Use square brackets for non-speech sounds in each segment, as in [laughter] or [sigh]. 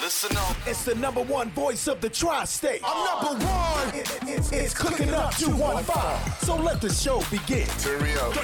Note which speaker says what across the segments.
Speaker 1: Listen up.
Speaker 2: It's the number one voice of the tri-state. I'm number one. it's, it's cooking up 215. So let the show begin.
Speaker 1: Turn me up.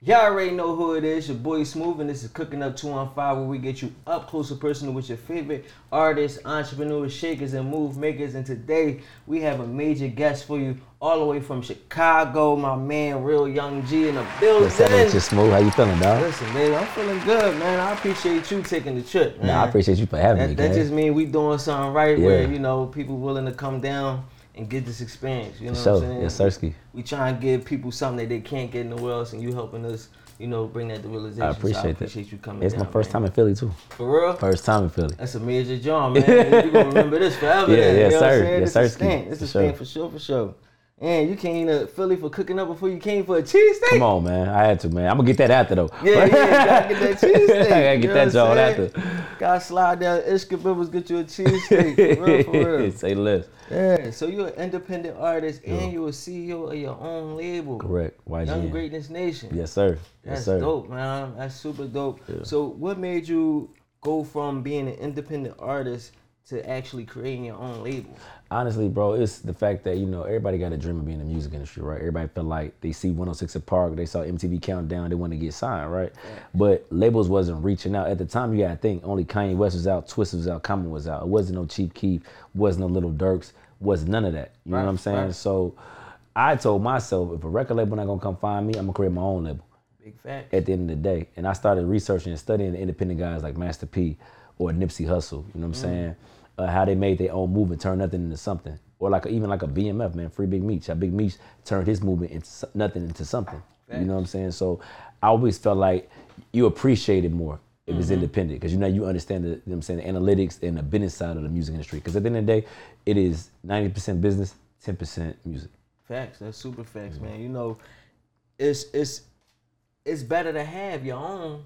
Speaker 3: Y'all already know who it is. Your boy Smooth, and this is Cooking Up 215, where we get you up close and personal with your favorite artists, entrepreneurs, shakers, and move makers. And today we have a major guest for you, all the way from Chicago. My man, Real Young G, in the building.
Speaker 4: What's up with you, Smooth? How you feeling, dog?
Speaker 3: Listen, man, I'm feeling good, man. I appreciate you taking the trip. Man.
Speaker 4: Nah, I appreciate you for having me.
Speaker 3: that. That
Speaker 4: gang.
Speaker 3: just means we doing something right, where
Speaker 4: Yeah.
Speaker 3: you know people willing to come down and get this experience. You know
Speaker 4: Yes,
Speaker 3: what I'm
Speaker 4: sir.
Speaker 3: saying?
Speaker 4: Yes, sirski.
Speaker 3: we try and give people something that they can't get nowhere else, and you helping us, you know, bring that to realization.
Speaker 4: I
Speaker 3: so I
Speaker 4: appreciate that.
Speaker 3: appreciate you coming.
Speaker 4: It's my
Speaker 3: down,
Speaker 4: first
Speaker 3: man.
Speaker 4: time in Philly too.
Speaker 3: For real,
Speaker 4: First time in Philly.
Speaker 3: that's a major job, man. You're
Speaker 4: [laughs]
Speaker 3: gonna remember this forever.
Speaker 4: Yeah,
Speaker 3: then,
Speaker 4: yes,
Speaker 3: you know What I'm
Speaker 4: sir.
Speaker 3: saying?
Speaker 4: Yes,
Speaker 3: this is
Speaker 4: sirski.
Speaker 3: thing. This
Speaker 4: For
Speaker 3: is thing
Speaker 4: sure.
Speaker 3: for sure, for sure. And you came to Philly for cooking up before you came for a cheesesteak.
Speaker 4: Come on, man. I had to, man. I'm gonna get that after though.
Speaker 3: Yeah, yeah, you gotta
Speaker 4: [laughs]
Speaker 3: get that cheesesteak.
Speaker 4: I gotta get that joint after.
Speaker 3: Gotta slide down Ishka Bibbles, get you a cheesesteak. For real, for
Speaker 4: [laughs]
Speaker 3: real.
Speaker 4: Say less.
Speaker 3: Yeah, so you're an independent artist and you're a CEO of your own label.
Speaker 4: Correct. YGN.
Speaker 3: Young Greatness Nation.
Speaker 4: Yes, sir.
Speaker 3: That's
Speaker 4: Yes, sir.
Speaker 3: dope, man. That's super dope. So, what made you go from being an independent artist to actually creating your own label?
Speaker 4: honestly, bro, it's the fact that you know everybody got a dream of being in the music industry, right? Everybody felt like they see 106 at Park, they saw MTV Countdown, they want to get signed, right? But labels wasn't reaching out at the time. You gotta think only Kanye West was out, Twist was out, Common was out. It wasn't no Cheap Keef, wasn't no Little Dirks, was none of that. You know what I'm saying?
Speaker 3: right.
Speaker 4: So I told myself if a record label not gonna come find me, I'm gonna create my own label
Speaker 3: Big fact.
Speaker 4: at the end of the day. And I started researching and studying the independent guys like Master P or Nipsey Hussle, you know what I'm
Speaker 3: Mm.
Speaker 4: saying? Uh, how they made their own movement, turn nothing into something. Or like even like a BMF, man, Free Big Meech. How Big Meech turned his movement into so- nothing into something. You know what I'm saying? So I always felt like you appreciate it more if it's
Speaker 3: Mm-hmm.
Speaker 4: independent because you know you understand the, you know what I'm saying, the analytics and the business side of the music industry. Because at the end of the day, it is 90% business, 10% music.
Speaker 3: Facts. That's super facts, man. You know, it's it's it's better to have your own.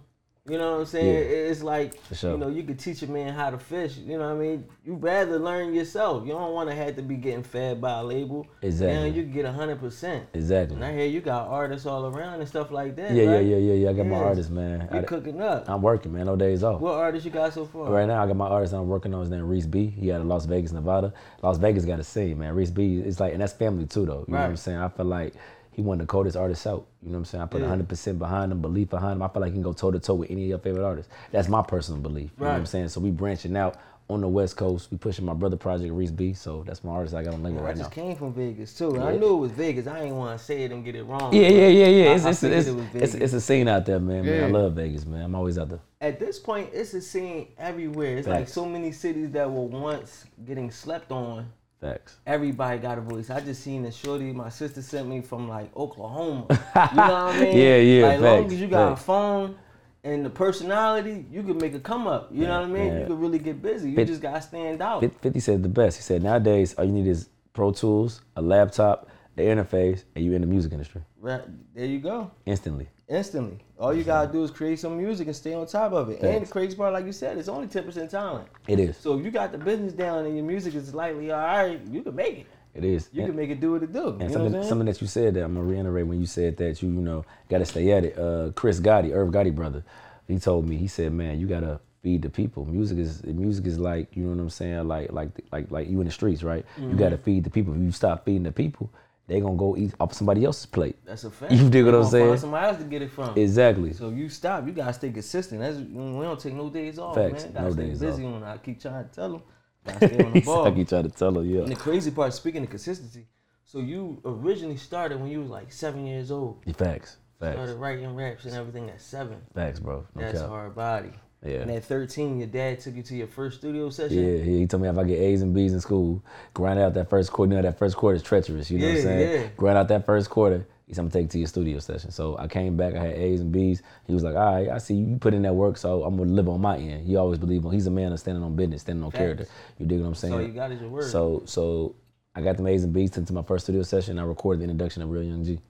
Speaker 3: You know what I'm saying?
Speaker 4: Yeah.
Speaker 3: It's like
Speaker 4: sure.
Speaker 3: you know you could teach a man how to fish. You know what I mean? You rather learn yourself. You don't want to have to be getting fed by a label. Now
Speaker 4: Exactly.
Speaker 3: you can get hundred percent.
Speaker 4: Exactly.
Speaker 3: And I hear you got artists all around and stuff like that.
Speaker 4: Yeah, yeah,
Speaker 3: right?
Speaker 4: yeah, yeah, yeah. I got my
Speaker 3: Yes.
Speaker 4: artist, man.
Speaker 3: You
Speaker 4: I-
Speaker 3: cooking up.
Speaker 4: I'm working, man. No days off.
Speaker 3: what artists you got so far?
Speaker 4: Right now, I got my artist I'm working on. His name Reese B. He out of Las Vegas, Nevada. Las Vegas got a scene, man. Reese B. It's like, and that's family too, though. You know what I'm
Speaker 3: Right.
Speaker 4: saying? I feel like he wanted to call this artist out. You know what I'm saying? I put
Speaker 3: Yeah.
Speaker 4: 100 percent behind him, belief behind him. I feel like he can go toe to toe with any of your favorite artists. That's my personal belief. You know what I'm
Speaker 3: Right.
Speaker 4: saying? So we branching out on the West Coast. We pushing my brother project Reese B. So that's my artist I got on label
Speaker 3: Oh, I
Speaker 4: right now.
Speaker 3: just came from Vegas too. and I knew it was Vegas. I ain't want to say it and get it wrong.
Speaker 4: Yeah, yeah, yeah, yeah.
Speaker 3: I-
Speaker 4: It's
Speaker 3: I
Speaker 4: it's,
Speaker 3: figured
Speaker 4: it's,
Speaker 3: it was
Speaker 4: it's,
Speaker 3: Vegas.
Speaker 4: it's a scene out there, man. Man, I
Speaker 3: Yeah.
Speaker 4: love Vegas, man. I'm always out there.
Speaker 3: At this point, it's a scene everywhere. It's like
Speaker 4: Facts.
Speaker 3: so many cities that were once getting slept on.
Speaker 4: Facts.
Speaker 3: Everybody got a voice. I just seen a shorty my sister sent me from like Oklahoma. You know
Speaker 4: [laughs]
Speaker 3: what I mean?
Speaker 4: Yeah, yeah,
Speaker 3: Like long
Speaker 4: facts,
Speaker 3: as you got
Speaker 4: facts.
Speaker 3: a phone and the personality, you can make a come up. You know what I mean?
Speaker 4: yeah.
Speaker 3: You can really get busy. You
Speaker 4: Fit-
Speaker 3: just gotta stand out.
Speaker 4: Fif- 50 said the best. He said, nowadays, all you need is Pro Tools, a laptop, the interface, and you in the music industry
Speaker 3: Right. There you go.
Speaker 4: instantly.
Speaker 3: instantly. All you gotta do is create some music and stay on top of it. And the
Speaker 4: Thanks.
Speaker 3: crazy part, like you said, it's only ten percent talent.
Speaker 4: It is.
Speaker 3: So if you got the business down and your music is lightly all right, you can make it.
Speaker 4: It is.
Speaker 3: You
Speaker 4: And-
Speaker 3: can make it do what it do.
Speaker 4: And
Speaker 3: you know what
Speaker 4: something,
Speaker 3: I'm saying?
Speaker 4: something that you said that I'm gonna reiterate when you said that you you know got to stay at it. Uh, Chris Gotti, Irv Gotti brother, he told me he said, man, you gotta feed the people. Music is music is like you know what I'm saying, like like like like you in the streets, right? You
Speaker 3: Mm-hmm.
Speaker 4: gotta feed the people. If you stop feeding the people, they gonna go eat off somebody else's plate.
Speaker 3: That's a fact.
Speaker 4: [laughs] You dig what
Speaker 3: They
Speaker 4: I'm
Speaker 3: gonna
Speaker 4: saying?
Speaker 3: Find somebody else to get it from.
Speaker 4: Exactly.
Speaker 3: so you stop. You gotta stay consistent. That's we don't take no days off,
Speaker 4: Facts.
Speaker 3: man. Gotta
Speaker 4: No
Speaker 3: stay
Speaker 4: days
Speaker 3: busy
Speaker 4: off.
Speaker 3: on. I keep trying to
Speaker 4: [laughs]
Speaker 3: tell them. Gotta stay on the
Speaker 4: He's like
Speaker 3: ball.
Speaker 4: he tried to tell her, yeah.
Speaker 3: And the crazy part, speaking of consistency, so you originally started when you was like seven years old.
Speaker 4: Facts. Facts.
Speaker 3: Started writing raps and everything at seven.
Speaker 4: Facts, bro. No
Speaker 3: That's
Speaker 4: cap.
Speaker 3: hard body.
Speaker 4: Yeah.
Speaker 3: And at 13, your dad took you to your first studio
Speaker 4: Yeah,
Speaker 3: session.
Speaker 4: yeah, he told me if I get A's and B's in school, grind out that first quarter. You know, that first quarter is treacherous. You know what
Speaker 3: Yeah,
Speaker 4: I'm saying?
Speaker 3: yeah.
Speaker 4: Grind out that first quarter. He said, I'm gonna take it to your studio session. So I came back, I had A's and B's. He was like, All right, I see you put in that work, so I'm gonna live on my end. He always believed on he's a man of standing on business, standing on character. You dig what I'm saying?
Speaker 3: So you got is your word.
Speaker 4: So so I got them A's and B's took to my first studio session. I recorded the introduction of Real Young G.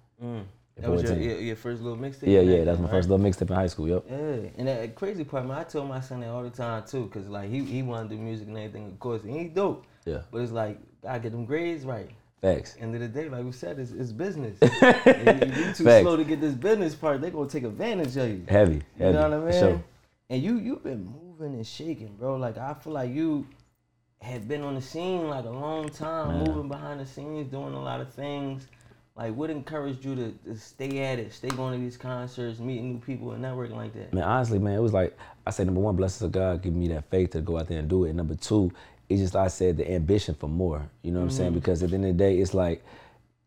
Speaker 4: At
Speaker 3: that was your,
Speaker 4: 14.
Speaker 3: your, your first little mixtape.
Speaker 4: yeah,
Speaker 3: and
Speaker 4: yeah, that's my
Speaker 3: everything,
Speaker 4: first
Speaker 3: Mm, right?
Speaker 4: little mixtape in high school, yep.
Speaker 3: Yeah, and that crazy part, man, I tell my son that all the time too, cause like he he wanted to do music and everything, of course, and he dope.
Speaker 4: Yeah.
Speaker 3: But it's like I get them grades right.
Speaker 4: Facts.
Speaker 3: End of the day, like we said, it's, it's
Speaker 4: [laughs]
Speaker 3: business. and you you too
Speaker 4: Facts.
Speaker 3: slow to get this business part, they gonna take advantage of you.
Speaker 4: Heavy.
Speaker 3: You
Speaker 4: heavy.
Speaker 3: know what I
Speaker 4: for
Speaker 3: mean?
Speaker 4: sure.
Speaker 3: And you you've been moving moving and shaking, bro. Like I feel like you had been on the scene like a long time,
Speaker 4: Man.
Speaker 3: moving behind the scenes, doing a lot of things. Like what encouraged you to, to stay at it, stay going to these concerts, meeting new people, and networking like that?
Speaker 4: Man, honestly, man, it was like I said. Number one, blessings of God give me that faith to go out there and do it. And number two, it's just like I said the ambition for more. You know what I'm saying? Because at the end of the day, it's like,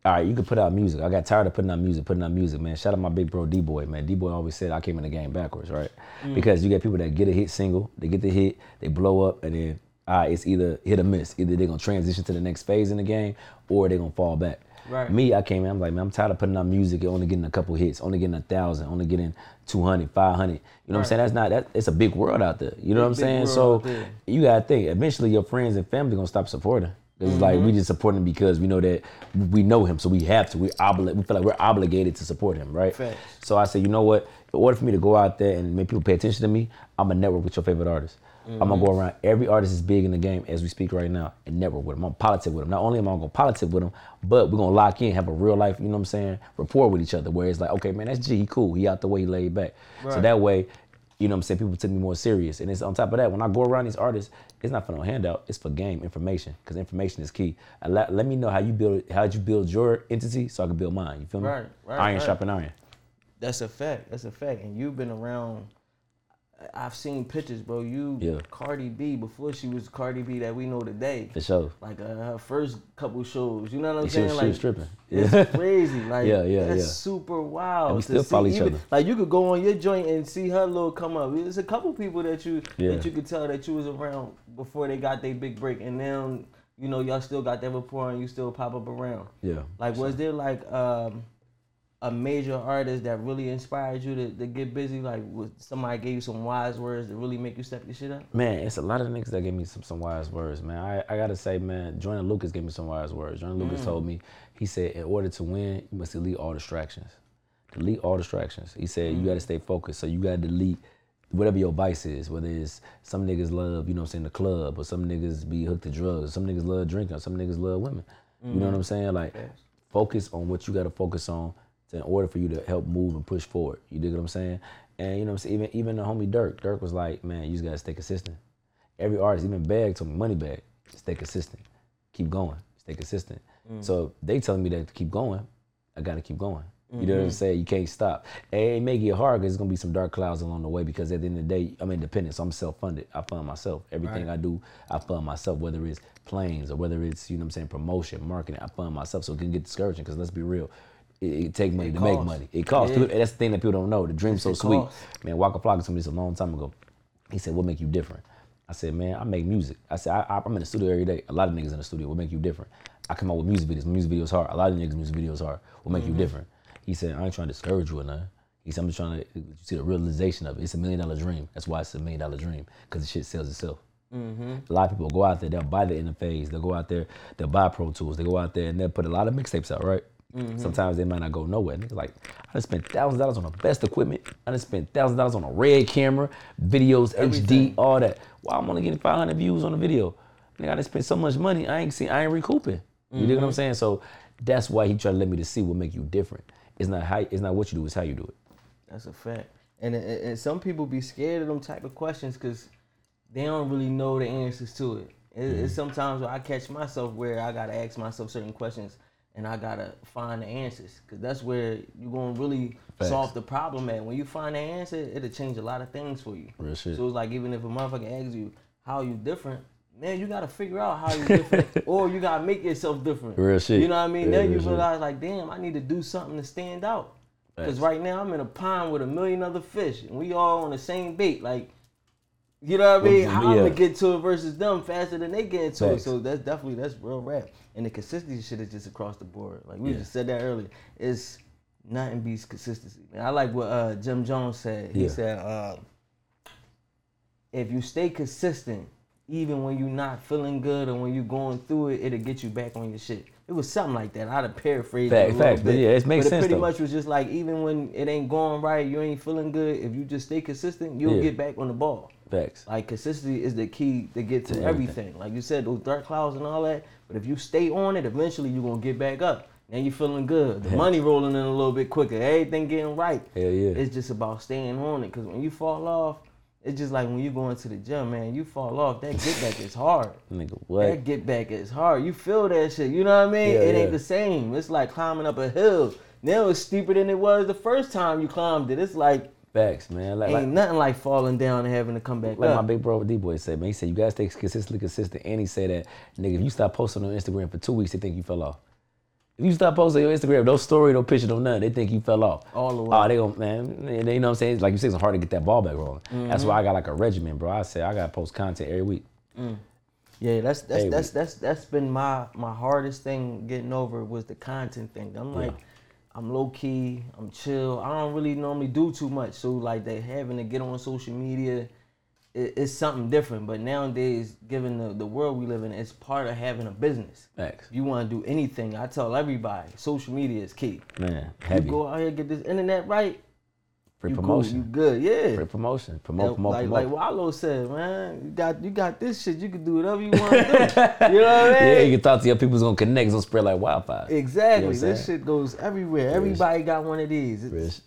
Speaker 4: all right, you can put out music. I got tired of putting out music, putting out music, man. Shout out my big bro D Boy, man. D Boy always said I came in the game backwards, right? Because you get people that get a hit single, they get the hit, they blow up, and then ah, it's either hit or miss. Either they're gonna transition to the next phase in the game, or they're gonna fall back.
Speaker 3: Right.
Speaker 4: Me, I came in, I'm like, man, I'm tired of putting out music and only getting a couple hits, only getting a thousand, only getting 200, 500. You know what I'm
Speaker 3: Right.
Speaker 4: saying? That's not, that, it's a big world out there. You know what I'm
Speaker 3: Big
Speaker 4: saying?
Speaker 3: world
Speaker 4: So
Speaker 3: out there.
Speaker 4: you gotta think, eventually your friends and family gonna stop supporting. 'Cause It's like
Speaker 3: Mm-hmm.
Speaker 4: we just support him because we know that we know him, so we have to. We obli- we feel like we're obligated to support him, right?
Speaker 3: Facts.
Speaker 4: So I said, you know what? In order for me to go out there and make people pay attention to me, I'm gonna network with your favorite artists. I'm gonna
Speaker 3: Mm-hmm.
Speaker 4: go around. Every artist is big in the game as we speak right now, and network with them. I'm politic with them. Not only am I gonna politic with them, but we're gonna lock in, have a real life, you know what I'm saying, rapport with each other. Where it's like, okay, man, that's G. He cool. He out the way. He laid back. So
Speaker 3: Right.
Speaker 4: that way, you know what I'm saying? People took me more serious. And it's on top of that, when I go around these artists, it's not for no handout, it's for game information. Because information is key. And Let, let me know how you build how'd you build your entity so I can build mine. You feel me?
Speaker 3: Right, right,
Speaker 4: Iron
Speaker 3: right.
Speaker 4: sharpen iron.
Speaker 3: That's a fact. That's a fact. And you've been around. I- I've seen pictures, bro. You,
Speaker 4: Yeah.
Speaker 3: Cardi B, before she was Cardi B that we know today.
Speaker 4: For sure.
Speaker 3: Like uh, her first couple shows, you know what I'm
Speaker 4: She
Speaker 3: saying?
Speaker 4: was, she
Speaker 3: like
Speaker 4: was stripping.
Speaker 3: It's
Speaker 4: Yeah. [laughs]
Speaker 3: crazy. Like
Speaker 4: Yeah, yeah,
Speaker 3: that's
Speaker 4: yeah.
Speaker 3: super wild.
Speaker 4: And we
Speaker 3: to
Speaker 4: still follow
Speaker 3: see.
Speaker 4: each
Speaker 3: Even-
Speaker 4: other.
Speaker 3: Like you could go on your joint and see her little come up. There's a couple people that you
Speaker 4: Yeah.
Speaker 3: that you could tell that you was around before they got their big break, and then you know y'all still got that rapport and you still pop up around.
Speaker 4: yeah.
Speaker 3: Like, was there like um, a major artist that really inspired you to, to get busy? Like, was somebody gave you some wise words to really make you step your shit up?
Speaker 4: Man, it's a lot of niggas that gave me some, some wise words, man. I, I gotta say, man, Jordan Lucas gave me some wise words. Jordan Lucas told me, he said, in order to win, you must delete all distractions. Delete all distractions. He said, you gotta stay focused. So you gotta delete whatever your vice is, whether it's some niggas love, you know what I'm saying, the club, or some niggas be hooked to drugs, or some niggas love drinking, or some niggas love women. You know what I'm saying? Like, focus on what you gotta focus on to- in order for you to help move and push forward. You dig what I'm saying? And you know what I'm saying? Even even the homie Dirk, Dirk was like, man, you just gotta stay consistent. Every artist, even Bag told me, money bag, stay consistent. Keep going. Stay consistent.
Speaker 3: Mm.
Speaker 4: So they telling me that to keep going, I gotta keep going. You know what
Speaker 3: Mm-hmm.
Speaker 4: I'm saying? You can't stop. And it may get hard because it's gonna be some dark clouds along the way because at the end of the day, I'm independent, so I'm self-funded. I fund myself. Everything I do, I fund myself, whether it's planes or whether it's, you know what I'm saying, promotion, marketing, I fund myself. So it can get discouraging because let's be real. It, it take money to make
Speaker 3: costs.
Speaker 4: money. It costs.
Speaker 3: Yeah.
Speaker 4: That's the thing that people don't know. The dream's so
Speaker 3: It
Speaker 4: sweet.
Speaker 3: costs.
Speaker 4: Man, Waka Flocka told me this a long time ago. He said, "What make you different?" I said, "Man, I make music." I said, I, I, "I'm in the studio every day. A lot of niggas in the studio. What make you different?" I come out with music videos. Music videos hard. A lot of niggas music videos hard. What make you different? He said, "I ain't trying to discourage you or nothing." He said, "I'm just trying to you see the realization of it. It's a million dollar dream. That's why it's a million dollar dream because the shit sells itself." A lot of people go out there, they'll buy the interface, they'll go out there, they'll buy Pro Tools, they go out there and they'll put a lot of mixtapes out, right?
Speaker 3: Mm-hmm.
Speaker 4: Sometimes they might not go nowhere. Niggas like, I just spent thousands of dollars on the best equipment. I just spent thousands of dollars on a red camera, videos, HD, all that. Why I'm only getting 500 views on a video? Nigga, I just spent so much money. I ain't seen, I ain't recouping. You dig
Speaker 3: Mm-hmm.
Speaker 4: what I'm saying? So that's why he tried to let me to see what make you different. It's not how, it's not what you do, it's how you do it.
Speaker 3: That's a fact. And, and, and some people be scared of them type of questions because they don't really know the answers to it. it
Speaker 4: Mm-hmm.
Speaker 3: It's sometimes where I catch myself where I gotta ask myself certain questions and I gotta find the answers because that's where you're gonna really
Speaker 4: Facts.
Speaker 3: solve the problem at. When you find the answer, it'll change a lot of things for you.
Speaker 4: Real shit.
Speaker 3: So it's like even if a motherfucker asks you how you different. Man, you gotta figure out how you
Speaker 4: [laughs]
Speaker 3: different, or you gotta make yourself different.
Speaker 4: Real shit.
Speaker 3: You know what I mean?
Speaker 4: Yeah,
Speaker 3: then you
Speaker 4: real shit.
Speaker 3: realize, like, damn, I need to do something to stand out. Because
Speaker 4: Facts.
Speaker 3: right now I'm in a pond with a million other fish, and we all on the same bait. Like, you know what I mean?
Speaker 4: Well,
Speaker 3: How I'm
Speaker 4: yeah.
Speaker 3: gonna get to it versus them faster than they get to it.
Speaker 4: Facts.
Speaker 3: So that's definitely that's real rap. And the consistency shit is just across the board. Like we
Speaker 4: Yeah.
Speaker 3: just said that earlier. It's nothing beats consistency. Man, I like what uh, Jim Jones said. He
Speaker 4: Yeah.
Speaker 3: said, uh, if you stay consistent, even when you're not feeling good or when you're going through it, it'll get you back on your shit. It was something like that. I'd have paraphrased
Speaker 4: Fact,
Speaker 3: it a little
Speaker 4: fact, but
Speaker 3: bit.
Speaker 4: yeah, it makes
Speaker 3: but
Speaker 4: sense,
Speaker 3: It pretty
Speaker 4: though.
Speaker 3: much was just like even when it ain't going right, you ain't feeling good. If you just stay consistent, you'll
Speaker 4: Yeah.
Speaker 3: get back on the ball.
Speaker 4: Facts.
Speaker 3: Like consistency is the key to get to
Speaker 4: To everything.
Speaker 3: everything. Like you said, those dark clouds and all that. But if you stay on it, eventually you're gonna get back up. And you're feeling good. The money rolling in a little bit quicker. Everything getting right.
Speaker 4: Hell yeah.
Speaker 3: It's just about staying on it. Cause when you fall off, It's just like when you go into the gym, man, you fall off. That get back is
Speaker 4: [laughs]
Speaker 3: hard.
Speaker 4: Nigga, what?
Speaker 3: That get back is hard. You feel that shit. You know what I mean?
Speaker 4: Yeah,
Speaker 3: it
Speaker 4: yeah.
Speaker 3: ain't the same. It's like climbing up a hill. Now it's steeper than it was the first time you climbed it. It's like
Speaker 4: Facts, man. Like,
Speaker 3: ain't
Speaker 4: like,
Speaker 3: nothing like falling down and having to come back
Speaker 4: like
Speaker 3: up.
Speaker 4: my big bro D boy said, man. He said you gotta stay consistently consistent, and he said that nigga, if you stop posting on Instagram for two weeks, they think you fell off. If you stop posting on Instagram, no story, no picture, no nothing, they think you fell off.
Speaker 3: All the way.
Speaker 4: Oh, they gon' man, they, they- you know what I'm saying? It's Like you said, it's hard to get that ball back rolling. That's why I got like a regimen, bro. I said I gotta post content every week.
Speaker 3: Yeah, that's that's
Speaker 4: Hey,
Speaker 3: that's,
Speaker 4: we-
Speaker 3: that's that's been my my hardest thing getting over was the content thing. I'm like, I'm low key, I'm chill. I don't really normally do too much. So like they having to get on social media, it, it's something different. But nowadays, given the the world we live in, it's part of having a business.
Speaker 4: Facts.
Speaker 3: If you want to do anything, I tell everybody, social media is key.
Speaker 4: Man, heavy.
Speaker 3: You go out here get this internet right,
Speaker 4: Free
Speaker 3: you
Speaker 4: promotion.
Speaker 3: cool, you good, yeah.
Speaker 4: Free promotion. Promote,
Speaker 3: Yeah,
Speaker 4: promote,
Speaker 3: like,
Speaker 4: promote.
Speaker 3: like Wallow said, man, you got you got this shit. You can do whatever you want to
Speaker 4: [laughs]
Speaker 3: do. You know what I mean?
Speaker 4: yeah, you can talk to your people, it's gonna connect, it's gonna spread like wildfire.
Speaker 3: Exactly.
Speaker 4: You know what I'm
Speaker 3: this
Speaker 4: saying?
Speaker 3: shit goes everywhere. Everybody got one of these. It's-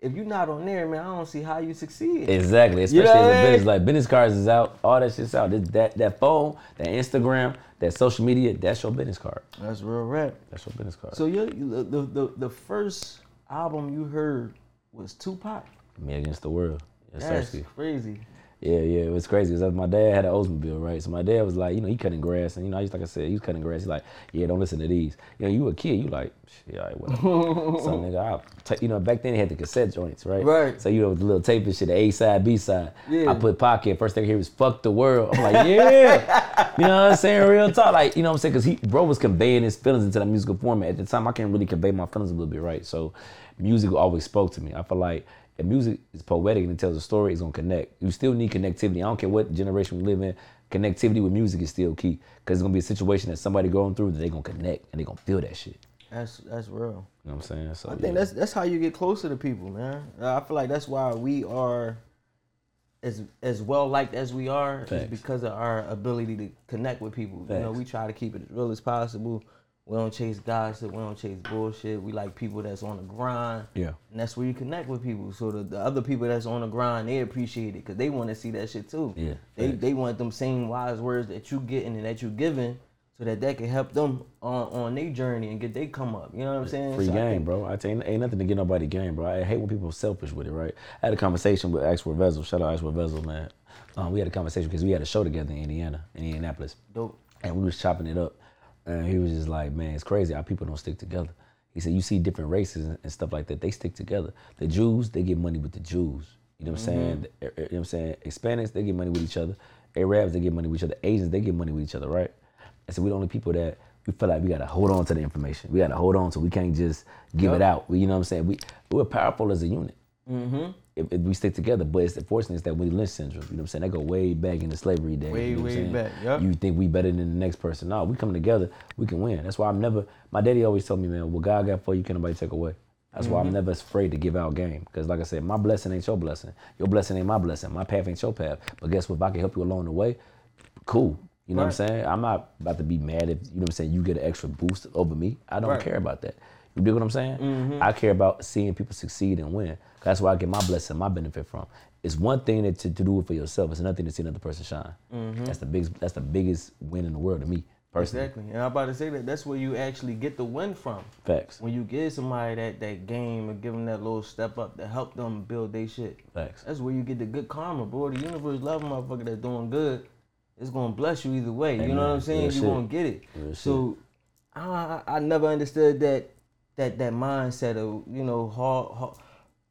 Speaker 3: If you're not on there, man, I don't see how you succeed.
Speaker 4: Exactly, especially
Speaker 3: know what
Speaker 4: as
Speaker 3: I
Speaker 4: a
Speaker 3: mean?
Speaker 4: business. Like business cards is out, all that shit's out. This, that that phone, that Instagram, that social media, that's your business card.
Speaker 3: That's real rap.
Speaker 4: That's your business card.
Speaker 3: So your the, the the the first album you heard was Tupac.
Speaker 4: Me against the world. Yes,
Speaker 3: That's
Speaker 4: sir.
Speaker 3: crazy.
Speaker 4: Yeah, yeah, it was crazy. Cause my dad had an Oldsmobile, right? So my dad was like, you know, he cutting grass, and you know, I used like I said, he was cutting grass. He's like, yeah, don't listen to these. You know, you a kid, you like, shit, all right,
Speaker 3: [laughs]
Speaker 4: whatever. so nigga, I'll ta- you know, back then they had the cassette joints, right?
Speaker 3: Right.
Speaker 4: So you know, with the little tape and shit, the A side, B side.
Speaker 3: Yeah.
Speaker 4: I put pocket. First thing I hear was fuck the world. I'm like, yeah. you know what I'm saying? Real talk, like you know what I'm saying? Cause he bro was conveying his feelings into the musical format. At the time, I can't really convey my feelings a little bit, right? So music always spoke to me. I feel like if music is poetic and it tells a story, it's gonna connect. You still need connectivity. I don't care what generation we live in. Connectivity with music is still key because it's gonna be a situation that somebody going through that they gonna connect and they gonna feel that shit.
Speaker 3: That's that's real.
Speaker 4: You know what I'm saying? So
Speaker 3: I think that's that's how you get closer to people, man. Uh, I feel like that's why we are as as well liked as we are
Speaker 4: Facts.
Speaker 3: is because of our ability to connect with people. You know,
Speaker 4: Facts.
Speaker 3: we try to keep it as real as possible. We don't chase gossip. We don't chase bullshit. We like people that's on the grind.
Speaker 4: Yeah.
Speaker 3: and that's where you connect with people. So the, the other people that's on the grind, they appreciate it because they want to see that shit too.
Speaker 4: Yeah,
Speaker 3: they
Speaker 4: facts.
Speaker 3: they want them same wise words that you getting and that you giving. So that that can help them on, on their journey and get they come up. You know what I'm saying?
Speaker 4: Free
Speaker 3: So I
Speaker 4: game,
Speaker 3: think-
Speaker 4: bro. I tell you, ain't nothing to get nobody game, bro. I hate when people selfish with it, right? I had a conversation with Axel Vezel. Shout out Axel Vezel, man. Um, we had a conversation because we had a show together in Indiana, in Indianapolis.
Speaker 3: Dope.
Speaker 4: And we was chopping it up. And he was just like, man, it's crazy how people don't stick together. He said, you see different races and- and stuff like that. They stick together. The Jews, they get money with the Jews. You know what I'm
Speaker 3: Mm-hmm.
Speaker 4: saying? The- er, You know what I'm saying? Hispanics, they get money with each other. Arabs, they get money with each other. Asians, they get money with each other, right? And so we're the only people that we feel like we gotta hold on to the information. We gotta hold on to. We can't just give it out. We, you know what I'm saying? We we're powerful as a unit.
Speaker 3: Mm-hmm.
Speaker 4: If, if we stick together, but it's unfortunate it's that we lynch syndrome. You know what I'm saying? That go way back into slavery days.
Speaker 3: Way,
Speaker 4: you know what I'm
Speaker 3: way
Speaker 4: saying?
Speaker 3: back, yup.
Speaker 4: You think we better than the next person? No, we come together, we can win. That's why I'm never. My daddy always told me, man, what God got for you, can nobody take away. That's why I'm never afraid to give out game. Because, like I said, my blessing ain't your blessing. Your blessing ain't my blessing. My path ain't your path. But guess what? If I can help you along the way, cool. You know what I'm saying? I'm not about to be mad if, you know what I'm saying, you get an extra boost over me. I don't
Speaker 3: Right.
Speaker 4: care about that. You dig what I'm saying?
Speaker 3: Mm-hmm.
Speaker 4: I care about seeing people succeed and win. That's where I get my blessing, my benefit from. It's one thing that to, to do it for yourself. It's another thing to see another person shine. That's the biggest. That's the biggest win in the world to me personally.
Speaker 3: Mm-hmm. Exactly. And I'm about to say that that's where you actually get the win from.
Speaker 4: Facts.
Speaker 3: When you give somebody that, that game and give them that little step up to help them build their shit.
Speaker 4: Facts.
Speaker 3: That's where you get the good karma, boy. The universe love a motherfucker that's doing good. It's gonna bless you either way. You know what
Speaker 4: Amen.
Speaker 3: I'm saying?
Speaker 4: Real
Speaker 3: you
Speaker 4: shit.
Speaker 3: gonna get it.
Speaker 4: Real
Speaker 3: so I, I I never understood that that that mindset of, you know, hard, hard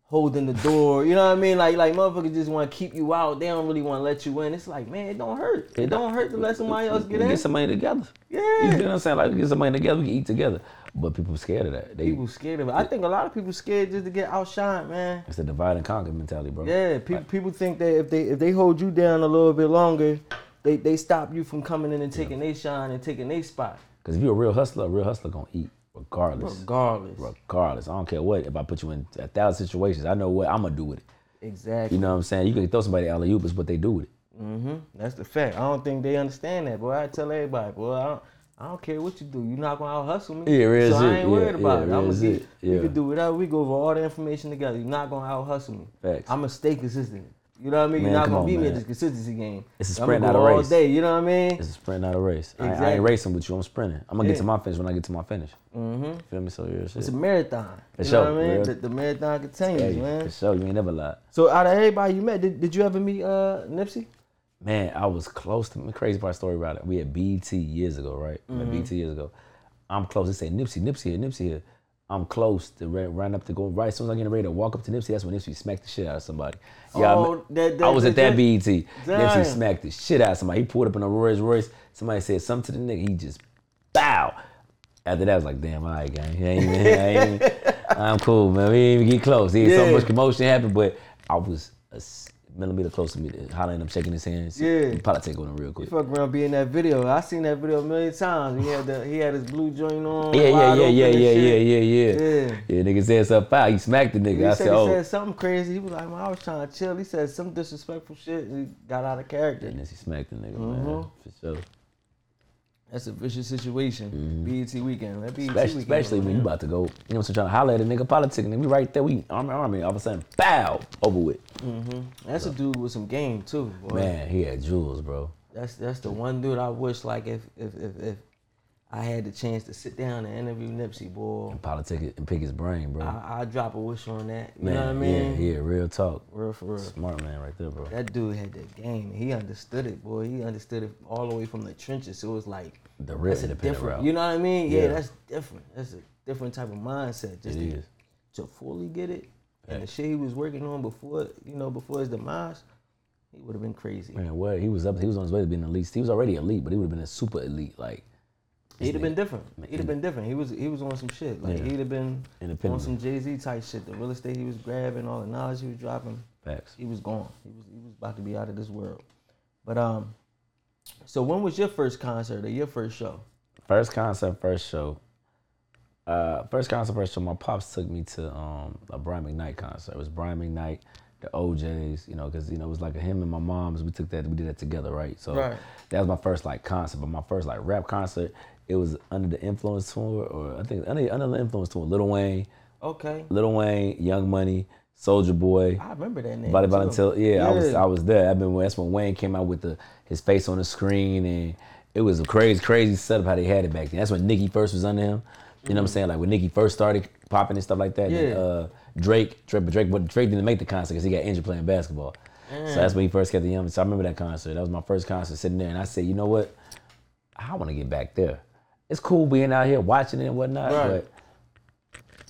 Speaker 3: holding the door. You know what I mean? Like like motherfuckers just wanna keep you out. They don't really wanna let you in. It's like, man, it don't hurt. It, don't hurt to let somebody else
Speaker 4: We
Speaker 3: get in.
Speaker 4: Get somebody together.
Speaker 3: Yeah.
Speaker 4: You know what I'm saying? Like we get somebody together, we can eat together. But people scared of that. They
Speaker 3: People scared of it. I think a lot of people scared just to get outshined, man.
Speaker 4: it's a divide and conquer mentality, bro.
Speaker 3: Yeah, pe- people think that if they if they hold you down a little bit longer, they, they stop you from coming in and taking their shine and taking their spot.
Speaker 4: Because if you're a real hustler, a real hustler gonna eat regardless.
Speaker 3: Regardless.
Speaker 4: Regardless, I don't care what. If I put you in a thousand situations, I know what I'm gonna do with it.
Speaker 3: Exactly.
Speaker 4: You know what I'm saying? You can throw somebody alley oop, it's what they do with it.
Speaker 3: hmm That's the fact. I don't think they understand that, boy. I tell everybody, boy, I don't, I don't care what you do. You're not gonna out hustle me.
Speaker 4: Yeah, real
Speaker 3: So I
Speaker 4: shit.
Speaker 3: ain't
Speaker 4: Yeah,
Speaker 3: worried about
Speaker 4: yeah,
Speaker 3: it. I'm
Speaker 4: real
Speaker 3: gonna get,
Speaker 4: shit.
Speaker 3: You
Speaker 4: Yeah.
Speaker 3: can do whatever. We go over all the information together. You're not gonna out hustle me.
Speaker 4: Facts.
Speaker 3: I'm gonna stay consistent. You know what I mean?
Speaker 4: Man,
Speaker 3: You're not
Speaker 4: come
Speaker 3: gonna
Speaker 4: on,
Speaker 3: beat me at
Speaker 4: man.
Speaker 3: this consistency game.
Speaker 4: It's a
Speaker 3: I'm gonna
Speaker 4: sprint, not
Speaker 3: go
Speaker 4: a
Speaker 3: all
Speaker 4: race.
Speaker 3: day. You know what I mean?
Speaker 4: It's a sprint, not a race. I- I,
Speaker 3: Exactly.
Speaker 4: ain't racing with you. I'm sprinting. I'm gonna get to
Speaker 3: Yeah.
Speaker 4: my finish when I get to my finish. Mm-hmm. Feel me? So yeah, shit.
Speaker 3: It's a marathon. you
Speaker 4: For
Speaker 3: know
Speaker 4: sure,
Speaker 3: what I mean?
Speaker 4: real.
Speaker 3: The, the marathon continues,
Speaker 4: Hey,
Speaker 3: man.
Speaker 4: for sure. You ain't never lied.
Speaker 3: So out of everybody you met, did, did you ever meet uh Nipsey?
Speaker 4: Man, I was close to the crazy part story about it. We had BT years ago, right? We had
Speaker 3: Mm-hmm.
Speaker 4: BT years ago. I'm close. They say Nipsey, Nipsey here, Nipsey here. I'm close to ran, ran up to go right. As soon as I get ready to walk up to Nipsey, that's when Nipsey smacked the shit out of somebody. Yeah, I
Speaker 3: Oh,
Speaker 4: me-
Speaker 3: that-
Speaker 4: I
Speaker 3: that-
Speaker 4: was at
Speaker 3: that-
Speaker 4: that BET.
Speaker 3: Damn.
Speaker 4: Nipsey smacked the shit out of somebody. He pulled up in a Rolls Royce. Somebody said something to the nigga. He just bow. After that, I was like, damn, all right, gang. I ain't, even- I
Speaker 3: [laughs]
Speaker 4: ain't, even- I'm cool, man. We didn't even get close. Yeah,
Speaker 3: Yeah.
Speaker 4: so much commotion happened, but I was a s- millimeter close to me, hollering him, shaking his hands.
Speaker 3: Yeah.
Speaker 4: He probably take on him real quick.
Speaker 3: Fuck around be in that video. I seen that video a million times. He had the he had his blue joint on.
Speaker 4: Yeah, yeah,
Speaker 3: wide
Speaker 4: yeah,
Speaker 3: open
Speaker 4: yeah,
Speaker 3: and
Speaker 4: yeah, yeah,
Speaker 3: shit.
Speaker 4: yeah, yeah,
Speaker 3: Yeah.
Speaker 4: Yeah, nigga said something out. He smacked the nigga.
Speaker 3: He
Speaker 4: I
Speaker 3: said
Speaker 4: said,
Speaker 3: he
Speaker 4: oh.
Speaker 3: said something crazy. He was like, man, I was trying to chill. He said some disrespectful shit and he got out of character.
Speaker 4: and then he smacked the nigga, man.
Speaker 3: Mhm.
Speaker 4: For sure.
Speaker 3: That's a vicious situation. BET weekend. That BET
Speaker 4: Mm-hmm. Especially,
Speaker 3: weekend.
Speaker 4: especially when you about to go, you know what I'm trying to holler at a nigga politic, and we right there, we arm in arm, and all of a sudden, bow, over with.
Speaker 3: That's a dude with some game too, boy.
Speaker 4: Man, he had jewels, bro.
Speaker 3: That's that's the one dude I wish like if if if, if I had the chance to sit down and interview Nipsey, boy,
Speaker 4: Politic and pick his brain, bro.
Speaker 3: I, I'd drop a wish on that. Ah, You
Speaker 4: man,
Speaker 3: know what I mean?
Speaker 4: yeah, yeah, real talk.
Speaker 3: Real for real.
Speaker 4: Smart man right there, bro.
Speaker 3: That dude had that game. He understood it, boy. He understood it all the way from the trenches. So it was like
Speaker 4: The real
Speaker 3: that's a
Speaker 4: independent
Speaker 3: different.
Speaker 4: route.
Speaker 3: You know what I mean? Yeah,
Speaker 4: Yeah.
Speaker 3: that's different. That's a different type of mindset. Just
Speaker 4: It
Speaker 3: to,
Speaker 4: is.
Speaker 3: to fully get it. And the
Speaker 4: Facts.
Speaker 3: shit he was working on before, you know, before his demise, he would have been crazy.
Speaker 4: Man, what he was up, he was on his way to being elite. He was already elite, but he would have been a super elite, like
Speaker 3: He'd have been
Speaker 4: nigga-
Speaker 3: different. He'd have been different. He was he was on some shit. Like
Speaker 4: Yeah.
Speaker 3: he'd have been on
Speaker 4: Independent.
Speaker 3: some Jay Z type shit. The real estate he was grabbing, all the knowledge he was dropping,
Speaker 4: facts.
Speaker 3: he was gone. He was he was about to be out of this world. But um, so when was your first concert or your first show?
Speaker 4: First concert, first show. Uh, first concert, first show. My pops took me to um, a Brian McKnight concert. It was Brian McKnight, the OJ's, you know, because you know it was like him and my mom's. We took that, we did that together, right? So
Speaker 3: Right.
Speaker 4: that was my first like concert, but my first like rap concert. It was under the influence tour, or I think under, under the influence tour. Lil Wayne,
Speaker 3: Okay,
Speaker 4: Lil Wayne, Young Money, Soldier Boy.
Speaker 3: I remember that name.
Speaker 4: Body
Speaker 3: too.
Speaker 4: Valentine, yeah, I was I was there. I mean, that's when Wayne came out with the his face on the screen, and it was a crazy, crazy setup how they had it back then. That's when Nicki first was under him. You know what I'm saying? Like when Nicki first started popping and stuff like that. then,
Speaker 3: Mm-hmm. Yeah.
Speaker 4: uh, Drake, Drake, but Drake, but Drake didn't make the concert because he got injured playing basketball. So that's when he first got the young. So I remember that concert. That was my first concert sitting there, and I said, you know what? I want to get back there. It's cool being out here watching it and whatnot,
Speaker 3: Right.
Speaker 4: but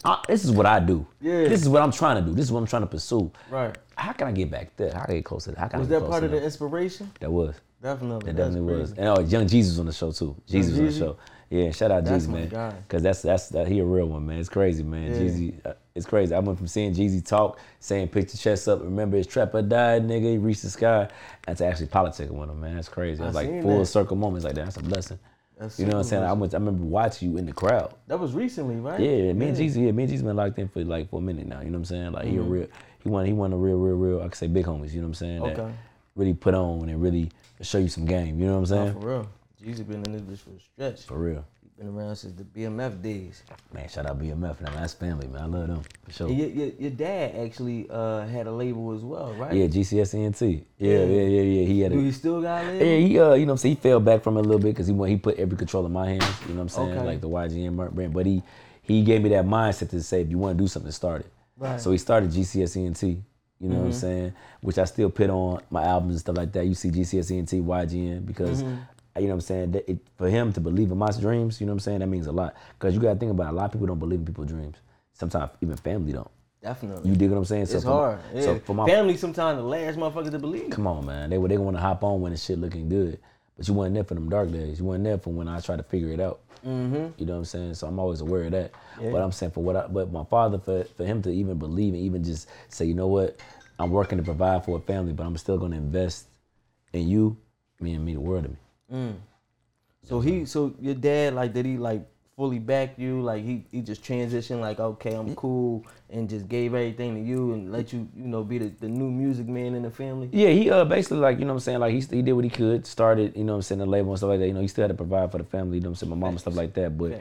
Speaker 4: I, this is what I do.
Speaker 3: Yeah.
Speaker 4: This is what I'm trying to do. This is what I'm trying to pursue
Speaker 3: right.
Speaker 4: how can I get back there? How can I get closer? How can
Speaker 3: Was
Speaker 4: I get
Speaker 3: that
Speaker 4: closer
Speaker 3: part of
Speaker 4: now?
Speaker 3: the inspiration?
Speaker 4: That was.
Speaker 3: Definitely.
Speaker 4: That
Speaker 3: That's
Speaker 4: definitely was.
Speaker 3: crazy.
Speaker 4: And oh, Young Jesus was on the show too. Jesus was
Speaker 3: Jeezy?
Speaker 4: on the show. Yeah, shout out
Speaker 3: That's
Speaker 4: Jesus,
Speaker 3: my
Speaker 4: man.
Speaker 3: guy.
Speaker 4: Cause that's that's that he a real one, man. It's crazy, man.
Speaker 3: Yeah.
Speaker 4: Jeezy, uh, it's crazy. I went from seeing Jeezy talk, saying pick your chest up, remember his trapper died, nigga, he reached the sky, and to actually politicking with him, man. That's crazy. It's
Speaker 3: seen
Speaker 4: like full
Speaker 3: that.
Speaker 4: circle moments like that. That's a blessing.
Speaker 3: That's
Speaker 4: you know what I'm
Speaker 3: super
Speaker 4: saying? I
Speaker 3: blessing.
Speaker 4: went. I remember watching you in the crowd.
Speaker 3: That was recently, right?
Speaker 4: Yeah, me and Jeezy, yeah, Mm-hmm. me and Jeezy been locked in for like for a minute now. You know what I'm saying? Like he a real, he one, he one of the real, real, real. I could say big homies. You know what I'm saying? That
Speaker 3: Okay.
Speaker 4: really put on and really show you some game. You know what I'm
Speaker 3: Nah,
Speaker 4: saying?
Speaker 3: Oh, for real. Jeezy been in this bitch for a stretch.
Speaker 4: for real,
Speaker 3: He been around since the BMF days.
Speaker 4: man. Shout out BMF and them. that's family, man. I love them for sure.
Speaker 3: And
Speaker 4: Yeah,
Speaker 3: your, your, your dad actually uh, had a label as well, right?
Speaker 4: GCSENT. E Yeah, yeah, yeah, yeah. He had
Speaker 3: Do he
Speaker 4: a.
Speaker 3: still got a label?
Speaker 4: Yeah, he uh, you know what I'm saying. He fell back from it a little bit because he went, he put every control in my hands. You know what I'm saying?
Speaker 3: Okay.
Speaker 4: Like the YGN Mark brand, but he he gave me that mindset to say if you want to do something, start it.
Speaker 3: Right. Mm-hmm.
Speaker 4: So he started GCSENT. E You know what I'm saying? Which I still put on my albums and stuff like that. You see GCSENT, YGN, because
Speaker 3: Mm-hmm.
Speaker 4: uh, you know what I'm saying. That it, for him to believe in my dreams, you know what I'm saying. That means a lot. Because you got to think about it, a lot of people don't believe in people's dreams. Sometimes even family don't.
Speaker 3: Definitely.
Speaker 4: You dig what I'm saying?
Speaker 3: it's
Speaker 4: for-
Speaker 3: hard. Yeah.
Speaker 4: So for my
Speaker 3: Family sometimes the last motherfucker to believe.
Speaker 4: come on, man. They were they want to hop on when the shit looking good, but you weren't there for them dark days. You weren't there for when I tried to figure it out. Mm-hmm. You know what I'm saying? So I'm always aware of that. But I'm saying for what, I, but my father for for him to even believe and even just say, you know what, I'm working to provide for a family, but I'm still gonna invest in you, me and me, the world to me.
Speaker 3: So he, so your dad, like, did he like fully back you? Like, he, he just transitioned, like, okay,
Speaker 4: Mm.
Speaker 3: I'm cool, and just gave everything to you and let you, you know, be the, the new music man in the family.
Speaker 4: Yeah, he uh basically like you know what I'm saying like he, st- he did what he could started you know what I'm saying the label and stuff like that you know he still had to provide for the family you know what I'm saying my mom and stuff like that but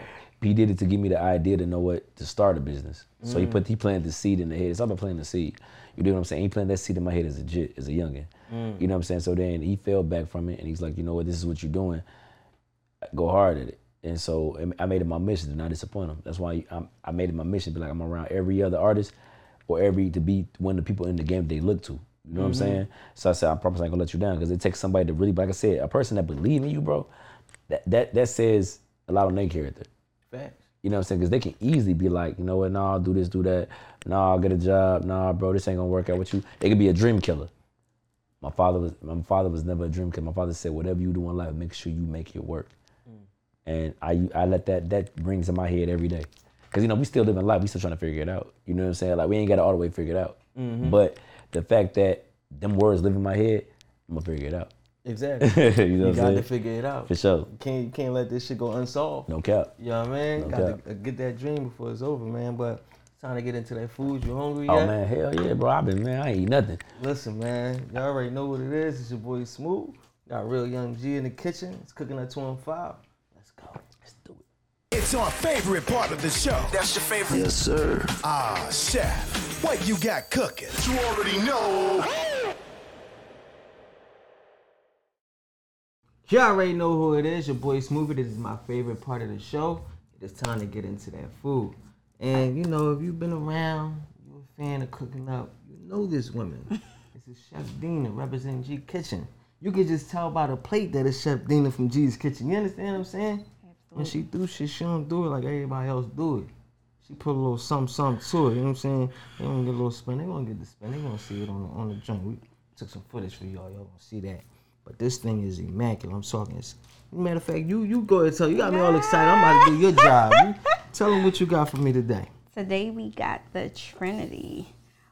Speaker 4: He did it to give me the idea to know what to start a business. So he put he planted the seed in the head. It's all about planting the seed. You know what I'm saying? He planted that seed in my head as a jit, as a youngin. You know what I'm saying? So then he fell back from it, and he's like, you know what? This is what you're doing. Go hard at it. And so and I made it my mission to not disappoint him. That's why I, I made it my mission. to Be like I'm around every other artist, or every to be one of the people in the game they look to. You know what I'm saying? So I said, I promise I ain't gonna let you down because it takes somebody to really, like I said, a person that believe in you, bro. That that that says a lot on their character.
Speaker 3: Facts.
Speaker 4: You know what I'm saying? Because they can easily be like, you know what? Nah, I'll do this, do that. Nah, I'll get a job. Nah, bro, this ain't gonna work out with you. It could be a dream killer. My father was my father was never a dream killer. My father said, whatever you do in life, make sure you make it work. And I I let that that rings in my head every day. Cause you know, we still living life, we still trying to figure it out. You know what I'm saying? Like we ain't got it all the way figured out. But the fact that them words live in my head, I'm gonna figure it out. [laughs]
Speaker 3: Exactly.
Speaker 4: you know
Speaker 3: you
Speaker 4: what I'm
Speaker 3: got to
Speaker 4: saying?
Speaker 3: figure it out.
Speaker 4: For sure.
Speaker 3: Can't you can't let this shit go unsolved.
Speaker 4: No cap.
Speaker 3: You know what I mean?
Speaker 4: No
Speaker 3: got to uh, get that dream before it's over, man. But it's time to get into that food. You hungry
Speaker 4: Oh
Speaker 3: yet?
Speaker 4: man, hell yeah, bro. I've been man, I ain't eat nothing.
Speaker 3: Listen, man, y'all already know what it is. It's your boy Smooth. Got real young G in the kitchen. It's cooking at two and five. Let's go. Let's do it.
Speaker 2: It's our favorite part of the show.
Speaker 1: That's your favorite. Yes, sir.
Speaker 2: Ah, chef, what you got cooking?
Speaker 1: You already know.
Speaker 3: Y'all already know who it is. Your boy Smoothie. This is my favorite part of the show. It's time to get into that food. And you know, if you've been around, you're a fan of cooking up. You know this woman. this is Chef Dina representing G Kitchen. You can just tell by the plate that it's Chef Dina from G's Kitchen. You understand what I'm saying? When she do shit, she don't do it like everybody else do it. She put a little something, something to it. You know what I'm saying? They gonna get a little spin. They gonna get the spin. They gonna see it on the on the joint. We took some footage for y'all. Y'all gonna see that. But this thing is immaculate. I'm talking. It's, matter of fact, you you go and tell. You got me all excited. I'm about to do your job. [laughs] You, tell them what you got for me today.
Speaker 5: Today we got the Trinity.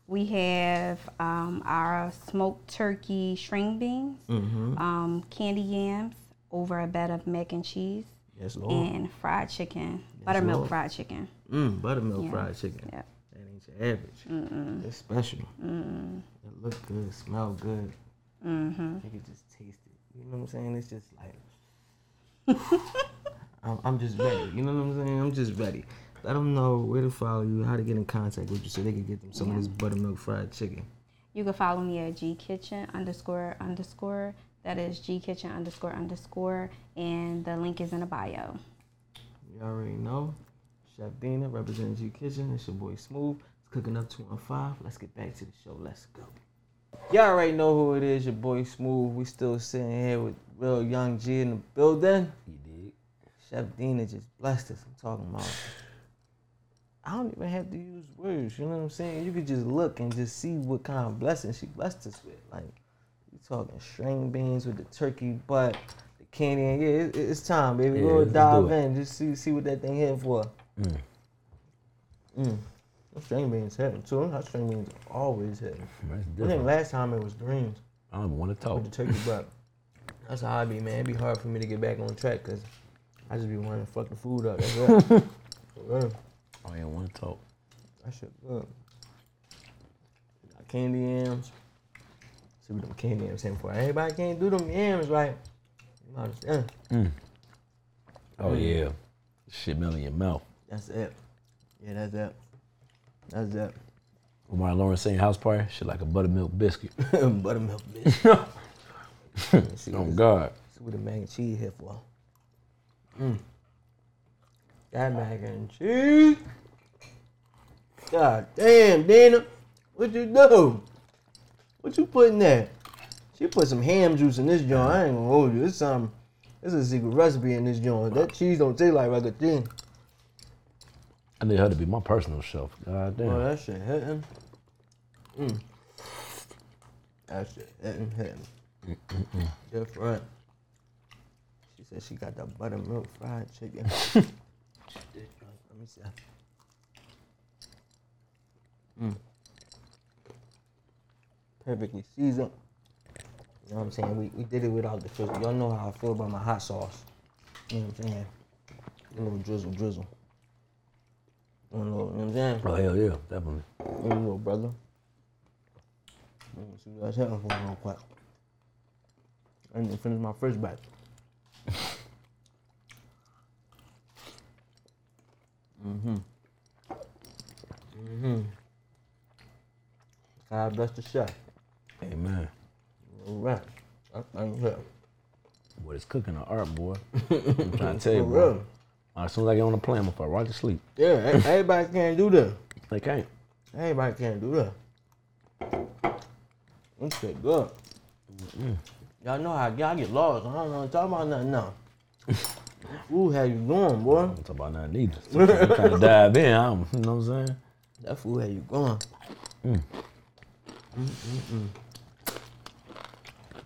Speaker 5: We have um, our smoked turkey string beans, um, candy yams over a bed of mac and cheese,
Speaker 3: Yes, Lord.
Speaker 5: and fried chicken, buttermilk
Speaker 3: Oh. Lord.
Speaker 5: fried chicken.
Speaker 3: Mm, buttermilk fried chicken.
Speaker 5: Yep.
Speaker 3: That ain't your average. It's special. It look good, smell good. You can just taste it. You know what I'm saying? It's just like I'm, I'm just ready. You know what I'm saying? I'm just ready. Let them know where to follow you, how to get in contact with you, so they can get them some of this buttermilk fried chicken.
Speaker 5: You can follow me at G Kitchen underscore underscore. That is G Kitchen underscore underscore, and the link is in the bio.
Speaker 3: You already know. Chef Dina representing G Kitchen. It's your boy Smooth. It's cooking up 215. Let's get back to the show. Let's go. Y'all already know who it is, your boy Smooth. We still sitting here with real young G in the building.
Speaker 4: You dig?
Speaker 3: Chef Dina just blessed us. I'm talking about. I don't even have to use words, you know what I'm saying? You could just look and just see what kind of blessing she blessed us with. Like, you talking string beans with the turkey butt, the candy, and yeah, it, it- it's time, baby.
Speaker 4: Yeah,
Speaker 3: Go
Speaker 4: let's do
Speaker 3: dive
Speaker 4: it.
Speaker 3: in, just see see what that thing here for. Mm. Those string beans heaven too. Them hot string beans always heaven.
Speaker 4: That's
Speaker 3: I think
Speaker 4: different.
Speaker 3: last time it was greens
Speaker 4: I don't want to talk.
Speaker 3: with the turkey butt. That's how I be, man. It'd be hard for me to get back on track because I just be wanting to fuck the food up. That's it. For real.
Speaker 4: I don't want to talk.
Speaker 3: That shit good. Got candy yams. See what them candy yams in for. Everybody can't do them yams right. You know what I'm saying?
Speaker 4: Oh yeah, shit melt in your mouth.
Speaker 3: That's it. Yeah, that's it. That's it. [laughs]
Speaker 4: Omar Lawrence saying house party, shit like a buttermilk [laughs] biscuit.
Speaker 3: Buttermilk, bitch. Let's see,
Speaker 4: oh
Speaker 3: what this-
Speaker 4: God,
Speaker 3: see what the mac and cheese here for. Mm. That mac and cheese. God damn, Dana. What you do? What you put in there? She put some ham juice in this joint. I ain't gonna hold you. It's some. It's a secret recipe in this joint. That cheese don't taste like regular thing.
Speaker 4: I need her to be my personal chef. God damn.
Speaker 3: Boy, that shit hitting. Mm. That shit hitting, hitting. Different. She said she got the buttermilk fried chicken. Shit, this joint, Let me see. Mm. Perfectly seasoned. You know what I'm saying? We, we did it without the drizzle. Y'all know how I feel about my hot sauce. You know what I'm saying? A little drizzle, drizzle. A little- you know what I'm saying?
Speaker 4: Oh hell yeah, definitely.
Speaker 3: There you go, brother. Let me see what that's happening for real quick. I need to finish my first batch. Mm-hmm. God bless the chef.
Speaker 4: Amen.
Speaker 3: All right. I, I'm here.
Speaker 4: What is cooking an art, [laughs] boy? I'm trying to tell you,
Speaker 3: For
Speaker 4: bro.
Speaker 3: real.
Speaker 4: As soon as I get on the plane, I'm gonna fall right to sleep.
Speaker 3: Yeah, e- everybody can't do that.
Speaker 4: They can't.
Speaker 3: Everybody can't do that. This shit good. Y'all know how y'all get lost. I don't know talk about nothing now. Ooh, how you going, boy?
Speaker 4: Don't talk about nothing either. So I'm [laughs] trying to dive in. I don't, you know what I'm saying?
Speaker 3: That food, how you going? Mm.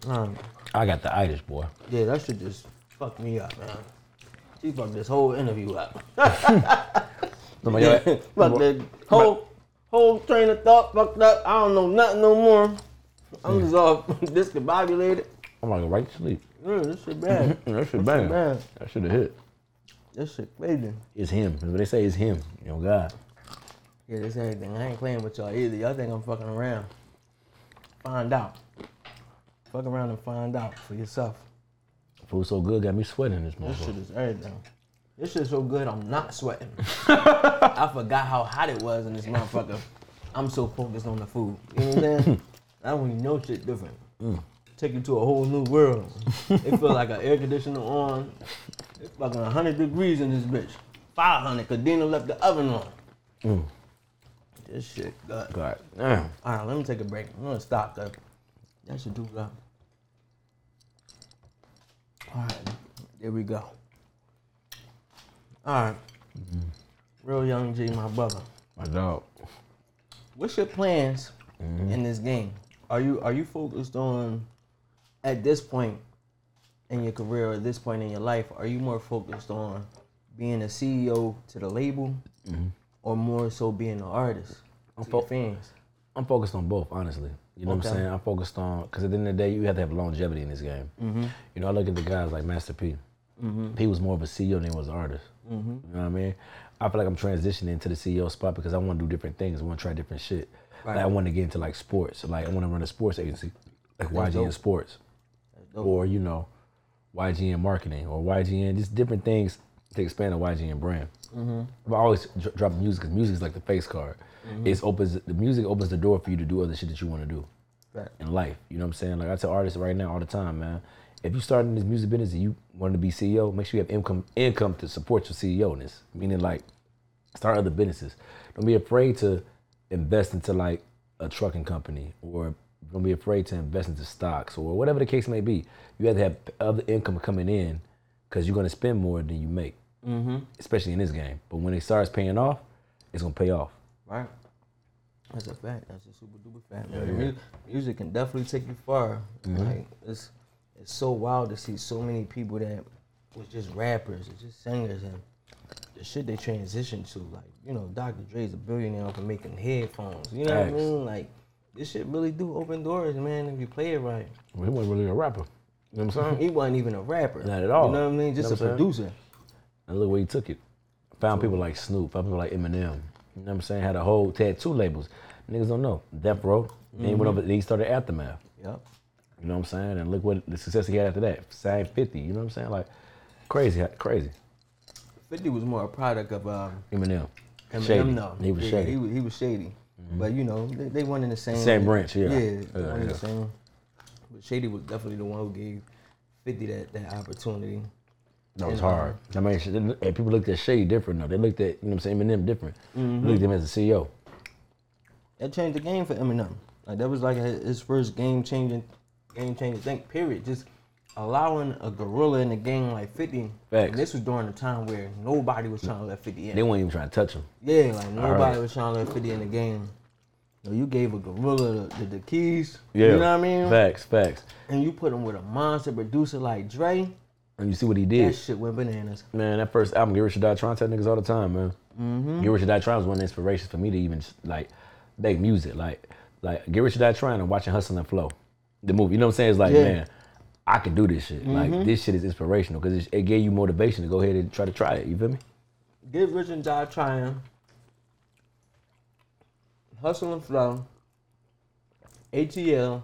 Speaker 3: Um,
Speaker 4: I got the itis, [laughs] boy.
Speaker 3: yeah, that shit just fucked me up, man. She fucked this whole interview up.
Speaker 4: Fuck
Speaker 3: [laughs] Fuck the whole whole train of thought fucked up. I don't know nothing no more. I'm just all [laughs] discombobulated.
Speaker 4: I'm like right to sleep.
Speaker 3: Mm, this shit bad.
Speaker 4: That shit bang.
Speaker 3: bad.
Speaker 4: That should have hit.
Speaker 3: this shit crazy.
Speaker 4: It's him. That's what they say. It's him. You know, God.
Speaker 3: Yeah, this everything. I ain't playing with y'all either. Y'all think I'm fucking around. Find out. Fuck around and find out for yourself.
Speaker 4: Food so good got me sweating this
Speaker 3: This shit
Speaker 4: motherfucker.
Speaker 3: is everything. This shit's so good, I'm not sweating. I forgot how hot it was in this motherfucker. I'm so focused on the food. You know what I'm saying? I don't even know shit different. Take you to a whole new world. it feel like an air conditioner on. It's fucking 100 degrees in this bitch. 500, because Dina left the oven on. This shit good.
Speaker 4: God damn.
Speaker 3: All right, let me take a break. I'm gonna stop though. That should do that. All right, there we go. All right. real young G, my brother.
Speaker 4: My dog.
Speaker 3: What's your plans in this game? Are you are you focused on at this point in your career, at this point in your life? Are you more focused on being a CEO to the label, or more so being an artist to your
Speaker 4: fo-
Speaker 3: fans?
Speaker 4: I'm focused on both, honestly. You know what I'm
Speaker 3: Okay.
Speaker 4: saying? I'm focused on because at the end of the day, you have to have longevity in this game.
Speaker 3: Mm-hmm.
Speaker 4: You know, I look at the guys like Master P. He was more of a CEO than he was an artist.
Speaker 3: Mm-hmm.
Speaker 4: You know what I mean? I feel like I'm transitioning into the CEO spot because I want to do different things. I want to try different shit.
Speaker 3: Right.
Speaker 4: Like I want to get into like sports. Like I want to run a sports agency, like YGN
Speaker 3: dope.
Speaker 4: Sports,
Speaker 3: dope.
Speaker 4: or you know, YGN Marketing or YGN. Just different things to expand the YGN brand.
Speaker 3: Mm-hmm.
Speaker 4: But I always dr- drop music because music is like the face card.
Speaker 3: Mm-hmm.
Speaker 4: It's opens the music opens the door for you to do other shit that you want to do
Speaker 3: Right.
Speaker 4: in life. You know what I'm saying? Like I tell artists right now all the time, man. If you start in this music business and you want to be CEO, make sure you have income income to support your CEO-ness. Meaning like start other businesses. Don't be afraid to invest into like a trucking company or don't be afraid to invest into stocks or whatever the case may be. You have to have other income coming in because you're going to spend more than you make, mm-hmm. especially in this game. But when it starts paying off, it's going to pay off.
Speaker 3: Right. That's a fact. That's a super duper fact. man. Mu- Music can definitely take you far.
Speaker 4: Mm-hmm.
Speaker 3: Like it's it's so wild to see so many people that was just rappers or just singers and the shit they transitioned to. Like, you know, Dr. Dre's a billionaire for making headphones. You know
Speaker 4: Facts.
Speaker 3: what I mean? Like this shit really do open doors, man, if you play it right. Mm-hmm.
Speaker 4: Well, he wasn't really a rapper. You know what I'm saying?
Speaker 3: He wasn't even a rapper.
Speaker 4: Not at all.
Speaker 3: You know what I mean? Just
Speaker 4: Know
Speaker 3: a
Speaker 4: what I'm saying?
Speaker 3: producer.
Speaker 4: And look where he took it. Found people like Snoop, found people like Eminem. You know what I'm saying? Had a whole tattoo labels. Niggas don't know. Death Row. Then he went
Speaker 3: Mm-hmm.
Speaker 4: over, then he started Aftermath.
Speaker 3: Yep.
Speaker 4: You know what I'm saying? And look what the success he had after that. Same 50. You know what I'm saying? Like, crazy, crazy.
Speaker 3: 50 was more a product of um,
Speaker 4: Eminem. Shady.
Speaker 3: Eminem, no.
Speaker 4: He was
Speaker 3: yeah,
Speaker 4: shady. Mm-hmm.
Speaker 3: He was, he was shady. But you know, they, they went in the same
Speaker 4: Same branch, yeah.
Speaker 3: Yeah,
Speaker 4: Yeah,
Speaker 3: they went in
Speaker 4: yeah.
Speaker 3: the same. But Shady was definitely the one who gave Fifty that, that opportunity.
Speaker 4: That was
Speaker 3: And, um,
Speaker 4: hard. I mean, shit, they look- and people looked at Shady different, though. They looked at, you know what I'm saying, Eminem different. They
Speaker 3: Mm-hmm.
Speaker 4: Looked at him as a E CEO.
Speaker 3: That changed the game for Eminem. Like that was like his his first game changing, game changing thing. Period. Just allowing a gorilla in the game like Fifty.
Speaker 4: Facts.
Speaker 3: And this was during a time where nobody was trying to let Fifty in.
Speaker 4: They weren't even trying to touch him.
Speaker 3: Yeah, like nobody
Speaker 4: right.
Speaker 3: was trying to let 50 in the game. So you gave a gorilla the, the, the keys.
Speaker 4: Yeah.
Speaker 3: You know what I mean?
Speaker 4: Facts, facts.
Speaker 3: And you put him with a monster producer like Dre.
Speaker 4: And you see what he did.
Speaker 3: That shit went bananas.
Speaker 4: Man, that first album, Get Rich or Die Trying, tell niggas all the time, man. Mm-hmm. Get Rich or Die Trying was one of the inspirations for me to even like make music. Like, like Get Rich or Die Trying and watching Hustle and Flow, the movie. You know what I'm saying? It's like,
Speaker 3: Yeah. Mm-hmm.
Speaker 4: man, I can do this shit. Like, this shit is inspirational because it, it gave you motivation to go ahead and try to try it. You feel me?
Speaker 3: Get rich and die trying. Hustle and flow. ATL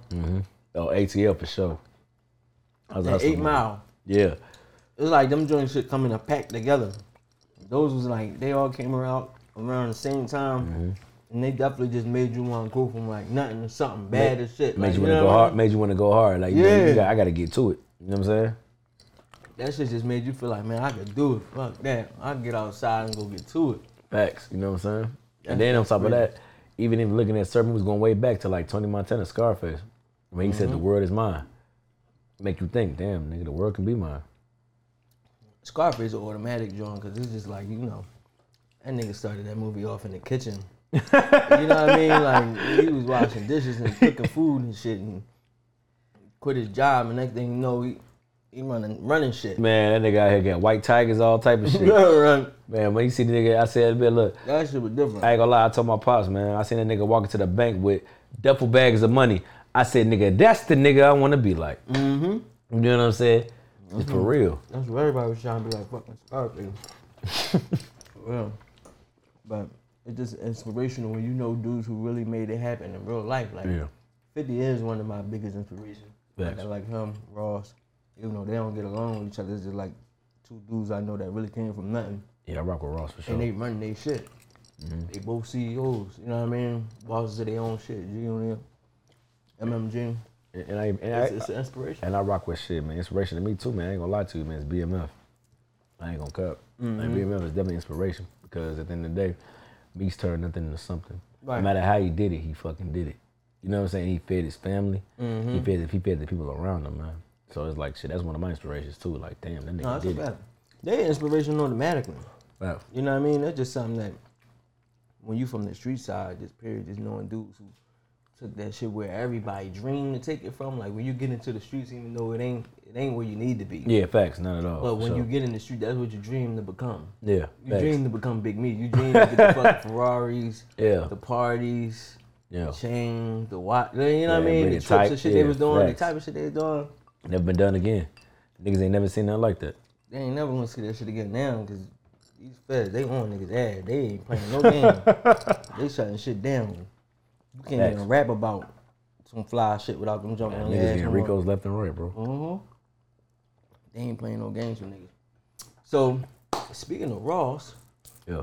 Speaker 4: Oh, ATL for sure. I was
Speaker 3: and
Speaker 4: a hustler,
Speaker 3: Eight
Speaker 4: man.
Speaker 3: Mile.
Speaker 4: Yeah.
Speaker 3: It's like them joints shit coming a
Speaker 4: Mm-hmm.
Speaker 3: pack together. Those was like they all came around around the same time. And they definitely just made you want to go from like nothing to something bad as shit.
Speaker 4: Made
Speaker 3: like,
Speaker 4: you
Speaker 3: know
Speaker 4: want to go
Speaker 3: what I
Speaker 4: hard.
Speaker 3: mean?
Speaker 4: Made you want to go hard. Like, yeah,
Speaker 3: Yeah.
Speaker 4: got, I got to get to it. You know what I'm saying?
Speaker 3: That shit just made you feel like, man, I could do it. Fuck that. I can get outside and go get to it.
Speaker 4: Facts. You know what I'm saying? And then on top of that, even if looking at certain movies going way back to like Tony Montana, Scarface, when he said the world is mine, make you think, damn nigga, the world can be mine.
Speaker 3: Scarface an automatic joint because it's just like you know, that nigga started that movie off in the kitchen. you know what I mean? Like he was washing dishes and cooking food and shit, and quit his job. And next thing you know, he he running running shit.
Speaker 4: Man, [laughs] that nigga out here got white tigers, all type of [laughs] shit.
Speaker 3: Right.
Speaker 4: man, when you see the nigga, I said, man, look,
Speaker 3: that shit was different.
Speaker 4: I ain't gonna lie, I told my pops, man, I seen that nigga walking to the bank with duffel bags of money. I said, nigga, that's the nigga I wanna be like. Mm-hmm. You know what I'm saying? It's for real.
Speaker 3: That's what everybody was trying to be like fucking [laughs] Scarface. well, but it's just inspirational when you know dudes who really made it happen in real life. Like
Speaker 4: Yeah.
Speaker 3: Fifty is one of my biggest inspirations. Like, I
Speaker 4: Facts.
Speaker 3: like him, Ross. Even though they don't get along with each other, it's just like two dudes I know that really came from nothing,
Speaker 4: Yeah, I rock with Ross for sure. Mm-hmm.
Speaker 3: and they running their shit. They both CEOs, you know what I mean? Bosses of their own shit. You know what I mean? MMG.
Speaker 4: And I, and I,
Speaker 3: It's, it's an inspiration.
Speaker 4: And I rock with shit, man. Inspiration to me too, man. I ain't gonna lie to you, man. It's BMF. I ain't gonna cut.
Speaker 3: Mm-hmm.
Speaker 4: Like BMF is definitely inspiration because at the end of the day, Meeks turned nothing into something.
Speaker 3: Right.
Speaker 4: No matter how he did it, he fucking did it. You know what I'm saying? He fed his family.
Speaker 3: Mm-hmm.
Speaker 4: He fed he fed the people around him, man. So it's like shit. That's one of my inspirations too. Like damn, that nigga
Speaker 3: No, that's a
Speaker 4: did it.
Speaker 3: fact. They inspirational automatically.
Speaker 4: Wow.
Speaker 3: You know what I mean? That's just something that when you from the street side, just period, just knowing dudes who took that shit where everybody dreamed to take it from. Like when you get into the streets, even though it ain't it ain't where you need to be.
Speaker 4: Yeah, facts. Not at all.
Speaker 3: But when
Speaker 4: So,
Speaker 3: you get in the street, that's what you dream to become.
Speaker 4: yeah,
Speaker 3: You
Speaker 4: facts.
Speaker 3: dream to become Big Me. You dream to get the
Speaker 4: [laughs]
Speaker 3: fucking Ferraris,
Speaker 4: Yeah.
Speaker 3: the parties,
Speaker 4: Yeah.
Speaker 3: the chain, the watch. You know what I
Speaker 4: Yeah,
Speaker 3: mean?
Speaker 4: really
Speaker 3: The trips
Speaker 4: tight,
Speaker 3: and shit
Speaker 4: yeah,
Speaker 3: they was doing,
Speaker 4: facts.
Speaker 3: the type of shit they was doing.
Speaker 4: Never been done again. Niggas ain't never seen nothing like that.
Speaker 3: They ain't never gonna see that shit again now because these feds, they on niggas' ass. They ain't playing no game.
Speaker 4: [laughs]
Speaker 3: they shutting shit down. You can't
Speaker 4: Facts.
Speaker 3: even rap about some fly shit without them jumping on your
Speaker 4: Niggas
Speaker 3: ass.
Speaker 4: getting
Speaker 3: no more. Mm-hmm.
Speaker 4: Ricos left and right, bro.
Speaker 3: They ain't playing no games with niggas. So, speaking of Ross,
Speaker 4: Yeah.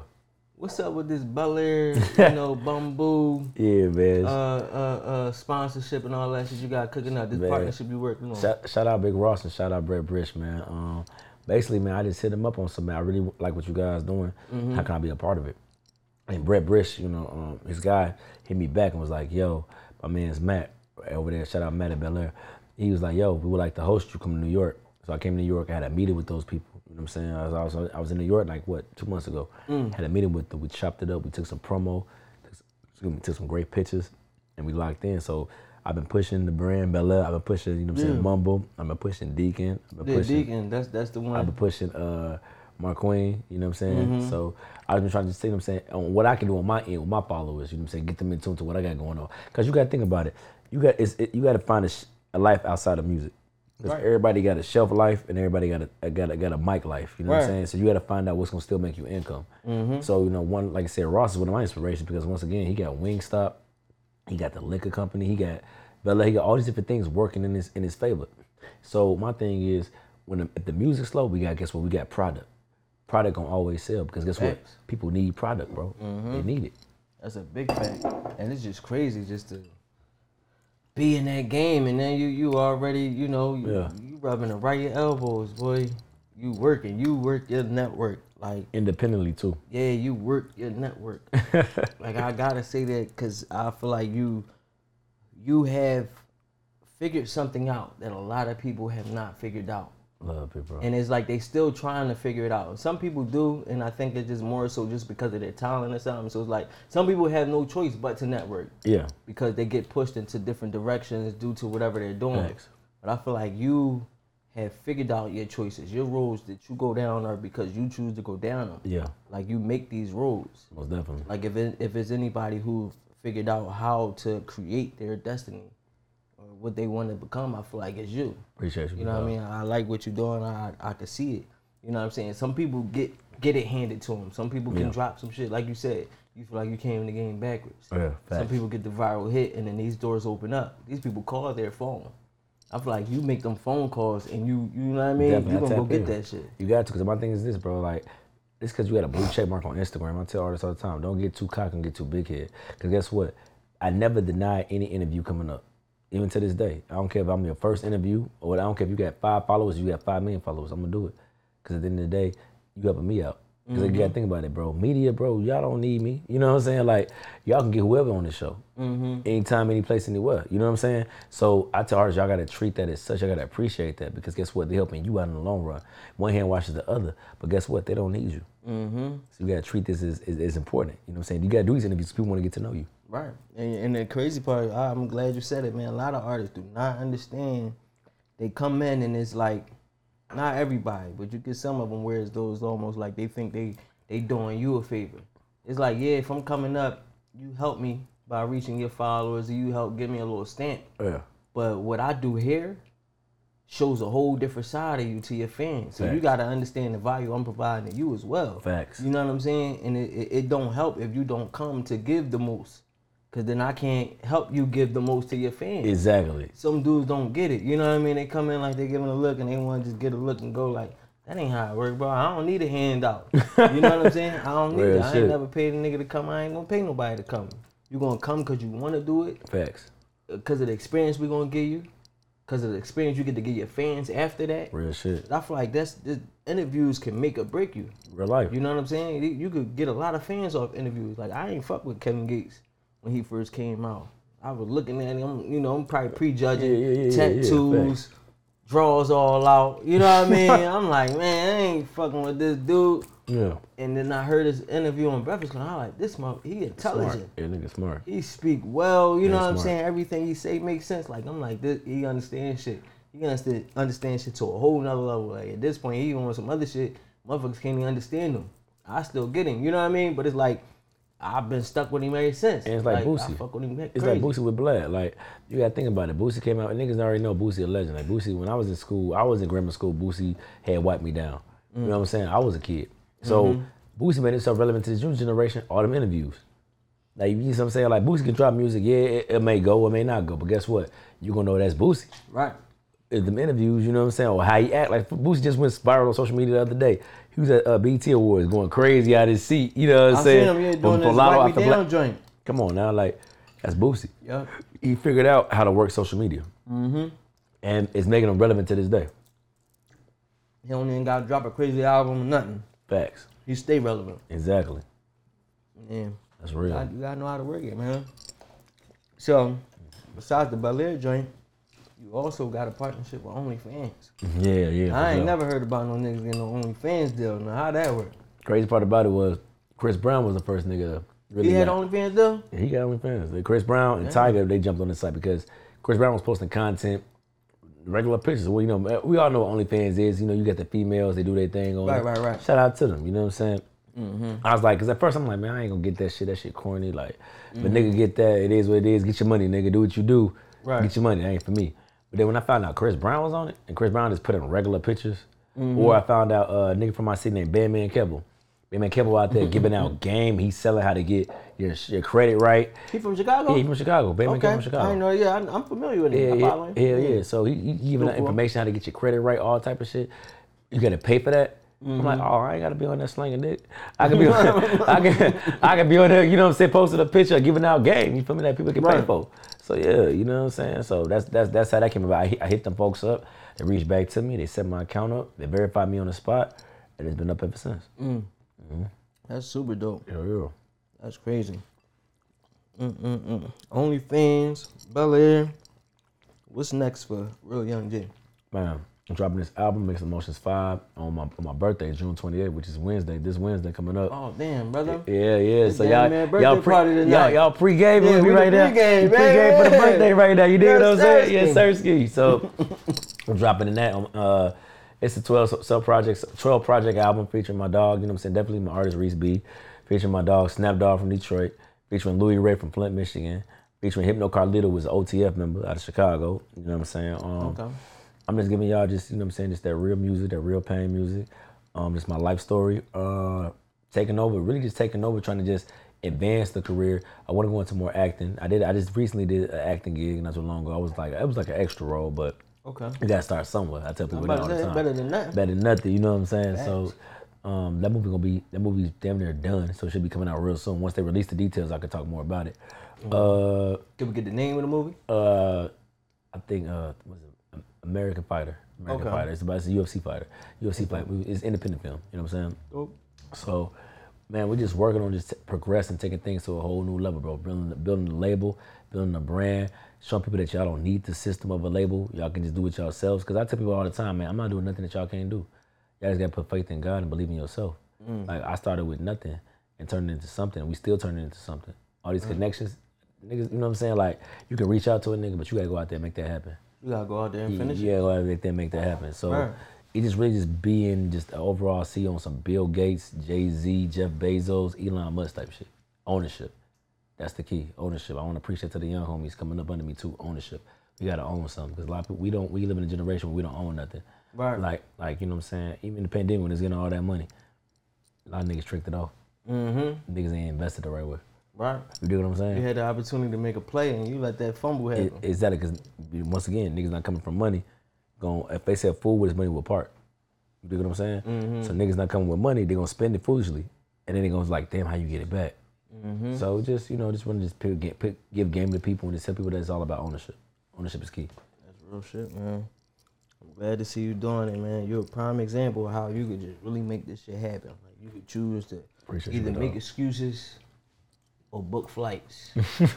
Speaker 3: what's up with this Bel
Speaker 4: [laughs]
Speaker 3: Air, you know, Bamboo,
Speaker 4: Yeah, man.
Speaker 3: uh, uh, uh, sponsorship and all that shit you got cooking up? This
Speaker 4: Man.
Speaker 3: partnership you working on?
Speaker 4: Shout, shout out Big Ross and shout out Brett Brish, man. Um, basically, man, I just hit him up on something. I really like what you guys doing. How can I be a part of it? And Brett Brish, you know, um, his guy hit me back and was like, "Yo, my man's Matt over there. Shout out Matt at Bel Air. He was like, "Yo, we would like to host you. Come to New York." So I came to New York. I had a meeting with those people. You know what I'm saying? I was, I was, I was in New York like what two months ago. Had a meeting with them. We chopped it up. We took some promo. Took some, excuse me, took some great pictures, and we locked in. So I've been pushing the brand Bel Air. I've been pushing, you know what I'm saying, Mumble. I've been pushing Deacon. I've been
Speaker 3: yeah,
Speaker 4: pushing.
Speaker 3: Deacon, that's that's the
Speaker 4: I've
Speaker 3: one.
Speaker 4: been pushing uh Marqueen, you know what I'm saying? So I've been trying to see what I'm saying on what I can do on my end with my followers, you know what I'm saying? Get them in tune to what I got going on. Cause you gotta think about it. You got it's, it, you gotta find a, sh- a life outside of music. Cause everybody got a shelf life and everybody got a, a- got a, got a mic life, you know what I'm
Speaker 3: Right.
Speaker 4: saying? So you gotta find out what's gonna still make you income. So you know, one like I said, Ross is one of my inspirations because once again, he got Wingstop, he got the liquor company. He got Bella. He got all these different things working in his in his favor. So my thing is, when the, if the music's slow, we got guess what? We got product. Product gonna always sell because guess
Speaker 3: Facts. Mm-hmm.
Speaker 4: what? People need product, bro. They need it.
Speaker 3: That's a big fact. And it's just crazy just to be in that game and then you you already, you know, you,
Speaker 4: Yeah.
Speaker 3: you rubbing the right your elbows, boy. You working, you work your network. Like,
Speaker 4: Independently too.
Speaker 3: yeah, you work your network. like I gotta say that because I feel like you you have figured something out that a lot of people have not figured out.
Speaker 4: Love it, bro.
Speaker 3: And it's like they still trying to figure it out. Some people do, and I think it's just more so just because of their talent or something. So it's like some people have no choice but to network
Speaker 4: yeah,
Speaker 3: because they get pushed into different directions due to whatever they're doing.
Speaker 4: Facts.
Speaker 3: But I feel like you have figured out your choices. Your roads that you go down are because you choose to go down them.
Speaker 4: yeah,
Speaker 3: Like you make these roads.
Speaker 4: most definitely.
Speaker 3: Like if it, if it's anybody who figured out how to create their destiny or what they want to become, I feel like it's you.
Speaker 4: Appreciate you.
Speaker 3: You know what I mean? I like what you're doing. I I can see it. You know what I'm saying? Some people get get it handed to them. Some people can
Speaker 4: Yeah.
Speaker 3: drop some shit. Like you said, you feel like you came in the game backwards.
Speaker 4: Yeah,
Speaker 3: some
Speaker 4: facts.
Speaker 3: people get the viral hit, and then these doors open up. These people call their phone. I feel like you make them phone calls, and you you know what I mean?
Speaker 4: Definitely,
Speaker 3: You
Speaker 4: I
Speaker 3: gonna go
Speaker 4: tap
Speaker 3: get
Speaker 4: in.
Speaker 3: that shit.
Speaker 4: You got to, because my thing is this, bro. Like, it's because you got a blue check mark on Instagram. I tell artists all the time, don't get too cocky and get too big head. Because guess what? I never deny any interview coming up, even to this day. I don't care if I'm your first interview or I don't care if you got five followers, you got five million followers. I'm gonna do it. Because at the end of the day, you helping me out. Because you
Speaker 3: Mm-hmm.
Speaker 4: gotta think about it, bro. Media, bro, y'all don't need me. You know what I'm saying? Like y'all can get whoever on the show,
Speaker 3: Mm-hmm.
Speaker 4: anytime, any place, anywhere. You know what I'm saying? So I tell artists, y'all gotta treat that as such. Y'all gotta appreciate that because guess what? They're helping you out in the long run. One hand washes the other, but guess what? They don't need you.
Speaker 3: Mm-hmm.
Speaker 4: So you gotta treat this as, as, as important. You know what I'm saying? You gotta do these interviews. 'cause People want to get to know you.
Speaker 3: Right. And, and the crazy part, ah, I'm glad you said it, man. A lot of artists do not understand. They come in and it's like, not everybody, but you get some of them where it's those almost like they think they they doing you a favor. It's like, yeah, if I'm coming up, you help me by reaching your followers, you help give me a little stamp.
Speaker 4: Yeah.
Speaker 3: But what I do here shows a whole different side of you to your fans. So you
Speaker 4: Facts.
Speaker 3: gotta understand the value I'm providing to you as well.
Speaker 4: Facts.
Speaker 3: You know what I'm saying? And it, it, it don't help if you don't come to give the most. Cause then I can't help you give the most to your fans.
Speaker 4: Exactly.
Speaker 3: Some dudes don't get it. You know what I mean? They come in like they giving a look and they wanna just get a look and go like, that ain't how it work, bro. I don't need a
Speaker 4: [laughs]
Speaker 3: handout. You know what I'm saying? I don't need
Speaker 4: Real
Speaker 3: it. I ain't
Speaker 4: shit.
Speaker 3: never paid a nigga to come. I ain't gonna pay nobody to come. You gonna come cause you wanna do it
Speaker 4: Facts.
Speaker 3: because of the experience we're gonna give you, because of the experience you get to give your fans after that.
Speaker 4: Real shit.
Speaker 3: I feel like that's the interviews can make or break you.
Speaker 4: Real life.
Speaker 3: You know what I'm saying? You- You could get a lot of fans off interviews. Like I ain't fuck with Kevin Gates when he first came out. I was looking at him, you know, I'm probably prejudging
Speaker 4: Yeah, yeah, yeah, yeah, yeah,
Speaker 3: tattoos, draws all out. You know what I
Speaker 4: [laughs]
Speaker 3: mean? I'm like, man, I ain't fucking with this dude.
Speaker 4: yeah.
Speaker 3: And then I heard his interview on Breakfast Club. I'm like, this mother, he intelligent
Speaker 4: Smart. Yeah, nigga, smart.
Speaker 3: he speak well. You know
Speaker 4: Yeah,
Speaker 3: what I'm
Speaker 4: smart.
Speaker 3: saying? Everything he say makes sense. Like I'm like this, he understands shit. He understand understand shit to a whole nother level. Like at this point, he on some other shit. Motherfuckers can't even understand him. I still get him. You know what I mean? But it's like I've been stuck with him ever since.
Speaker 4: And it's like
Speaker 3: I
Speaker 4: Boosie.
Speaker 3: fuck with him. Like
Speaker 4: It's
Speaker 3: crazy.
Speaker 4: like Boosie with Black. Like you gotta think about it. Boosie came out. Niggas already know Boosie a legend. Like Boosie, when I was in school, I was in grammar school. Boosie had wiped me down. You know what I'm saying? I was a kid. So
Speaker 3: Mm-hmm.
Speaker 4: Boosie made himself relevant to the younger generation. All them interviews. Like you see what I'm saying? Like Boosie can drop music. Yeah, it, it may go, it may not go. But guess what? You gonna know that's Boosie.
Speaker 3: Right.
Speaker 4: in them interviews, you know what I'm saying, or how he act. Like Boosie just went viral on social media the other day. He was at uh, BT Awards going crazy out his seat. You know what
Speaker 3: I
Speaker 4: I'm
Speaker 3: seen
Speaker 4: saying?
Speaker 3: him yeah,
Speaker 4: From
Speaker 3: doing this
Speaker 4: Palotto
Speaker 3: wipe
Speaker 4: after
Speaker 3: me
Speaker 4: Bla-
Speaker 3: down joint.
Speaker 4: Come on now, like that's Boosie.
Speaker 3: Yup.
Speaker 4: He figured out how to work social media, mm-hmm. and it's making him relevant to this day.
Speaker 3: He don't even got to drop a crazy album or nothing.
Speaker 4: Facts.
Speaker 3: He stay relevant.
Speaker 4: Exactly.
Speaker 3: Yeah.
Speaker 4: That's real.
Speaker 3: I, you gotta know how to work it, man. So, besides the Bel Air joint, you also got a partnership with OnlyFans.
Speaker 4: yeah, yeah. for
Speaker 3: I ain't
Speaker 4: sure.
Speaker 3: never heard about no niggas getting no OnlyFans deal. Now, how that work?
Speaker 4: Crazy part about it was Chris Brown was the first nigga. to Really
Speaker 3: He had
Speaker 4: got-
Speaker 3: OnlyFans deal?
Speaker 4: Yeah, he got OnlyFans. Like Chris Brown and Tiger, they jumped on the site because Chris Brown was posting content, regular pictures. Well, you know, we all know what OnlyFans is. You know, you got the females, they do their thing on.
Speaker 3: Right,
Speaker 4: it.
Speaker 3: right, right.
Speaker 4: Shout out to them. You know what I'm saying? I was like, because at first I'm like, man, I ain't gonna get that shit. That shit corny. Like, but
Speaker 3: Mm-hmm.
Speaker 4: nigga, get that. It is what it is. Get your money, nigga. Do what you do.
Speaker 3: Right.
Speaker 4: Get your money. That ain't for me. But then when I found out Chris Brown was on it, and Chris Brown is putting regular pictures,
Speaker 3: Mm-hmm.
Speaker 4: or I found out uh, a nigga from my city named Bandman Keble. Bandman Keble out there
Speaker 3: [laughs]
Speaker 4: giving out game. He's selling how to get your, your credit right.
Speaker 3: He from Chicago?
Speaker 4: Yeah, he from Chicago. Bandman
Speaker 3: okay.
Speaker 4: Keble from Chicago.
Speaker 3: I know, yeah, I, I'm familiar with
Speaker 4: Yeah,
Speaker 3: him. I
Speaker 4: yeah,
Speaker 3: follow him.
Speaker 4: yeah, yeah. So he, he giving out
Speaker 3: Cool.
Speaker 4: information how to get your credit right, all type of shit. You gotta pay for that. I'm
Speaker 3: Mm-hmm.
Speaker 4: like, oh, I ain't gotta be on that slinging dick.
Speaker 3: [laughs]
Speaker 4: I can be, on, [laughs] I can, I can be on there. You know what I'm saying? Posting a picture, giving out game. You feel me? That people can
Speaker 3: Right.
Speaker 4: pay for. So yeah, you know what I'm saying. So that's that's that's how that came about. I hit, I hit them folks up. They reached back to me. They set my account up. They verified me on the spot, and it's been up ever since.
Speaker 3: Mm. That's super dope.
Speaker 4: Yeah, yeah.
Speaker 3: That's crazy. Mm-mm-mm. OnlyFans, Bel Air. What's next for Real Young J?
Speaker 4: Man, I'm dropping this album, Mixed Emotions Five, on my on my birthday, June 28th, which is Wednesday. This Wednesday coming up.
Speaker 3: Oh, damn, brother.
Speaker 4: Yeah, yeah. So
Speaker 3: damn
Speaker 4: y'all,
Speaker 3: man
Speaker 4: y'all,
Speaker 3: birthday party tonight.
Speaker 4: y'all, y'all pre-game
Speaker 3: Yeah, we
Speaker 4: with me
Speaker 3: the
Speaker 4: right now.
Speaker 3: pre-game,
Speaker 4: You
Speaker 3: baby.
Speaker 4: pre-game for the birthday right now. You dig
Speaker 3: Yes,
Speaker 4: what I'm saying? Yes,
Speaker 3: sir.
Speaker 4: sir.
Speaker 3: [laughs]
Speaker 4: Ski. So I'm dropping in that. Um, uh, it's a 12 sub project, 12 project album featuring my dog. You know what I'm saying? Definitely my artist Reese B, featuring my dog Snap Dog from Detroit, featuring Louis Ray from Flint, Michigan, featuring Hypno Carlito, who's an OTF member out of Chicago. You know what I'm saying? Um,
Speaker 3: Okay.
Speaker 4: I'm just giving y'all just, you know what I'm saying, just that real music, that real pain music. Um, just my life story. Uh taking over, really just taking over, trying to just advance the career. I want to go into more acting. I did I just recently did an acting gig not too long ago. I was like it was like an extra role, but
Speaker 3: Okay.
Speaker 4: you gotta start somewhere. I tell people
Speaker 3: I'm
Speaker 4: that
Speaker 3: about
Speaker 4: all
Speaker 3: to
Speaker 4: the
Speaker 3: say,
Speaker 4: time.
Speaker 3: better than nothing.
Speaker 4: Better than nothing, you know what I'm saying? So Um, that movie gonna be that movie's damn near done, so it should be coming out real soon. Once they release the details, I can talk more about it.
Speaker 3: Mm-hmm.
Speaker 4: Uh,
Speaker 3: Did we get the name of the movie?
Speaker 4: uh, I think uh, was it Am- American Fighter? American
Speaker 3: Okay.
Speaker 4: Fighter. It's about it's a UFC fighter. UFC fight. movie. It's independent film. You know what I'm saying? So, man, we're just working on just progressing, taking things to a whole new level, bro. Building, building the label, building the brand, showing people that y'all don't need the system of a label. Y'all can just do it yourselves. Because I tell people all the time, man, I'm not doing nothing that y'all can't do. Y'all just gotta put faith in God and believe in yourself. Like I started with nothing and turned it into something. We still turn it into something. All these connections, niggas. You know what I'm saying? Like you can reach out to a nigga, but you gotta go out there and make that happen.
Speaker 3: You gotta go out there and
Speaker 4: Yeah,
Speaker 3: finish it.
Speaker 4: Yeah, well, make that make that happen. So
Speaker 3: Right.
Speaker 4: it just really just being just the overall see on some Bill Gates, Jay Z, Jeff Bezos, Elon Musk type shit. Ownership. That's the key. Ownership. I want to preach that to the young homies coming up under me too. Ownership. We gotta own something because a lot of people we don't we live in a generation where we don't own nothing.
Speaker 3: Right.
Speaker 4: Like like you know what I'm saying. Even the pandemic when it's getting all that money, a lot of niggas tricked it off. Mm-hmm. Niggas ain't invested the right way.
Speaker 3: Right.
Speaker 4: You do what I'm saying?
Speaker 3: You had the opportunity to make a play and you let that fumble happen.
Speaker 4: It, exactly, because once again, niggas not coming from money. Going if they said fool with his money will part. You dig what I'm saying? So niggas not coming with money, they gonna spend it foolishly, and then they gonna like, damn, how you get it back? So just you know, just want to just pick, get, pick, give game to people and just tell people that it's all about ownership. Ownership is key.
Speaker 3: That's real shit, man. I'm glad to see you doing it, man. You're a prime example of how you could just really make this shit happen. Like you could choose to
Speaker 4: Appreciate you,
Speaker 3: either
Speaker 4: dog.
Speaker 3: make excuses or book
Speaker 4: [laughs]
Speaker 3: flights.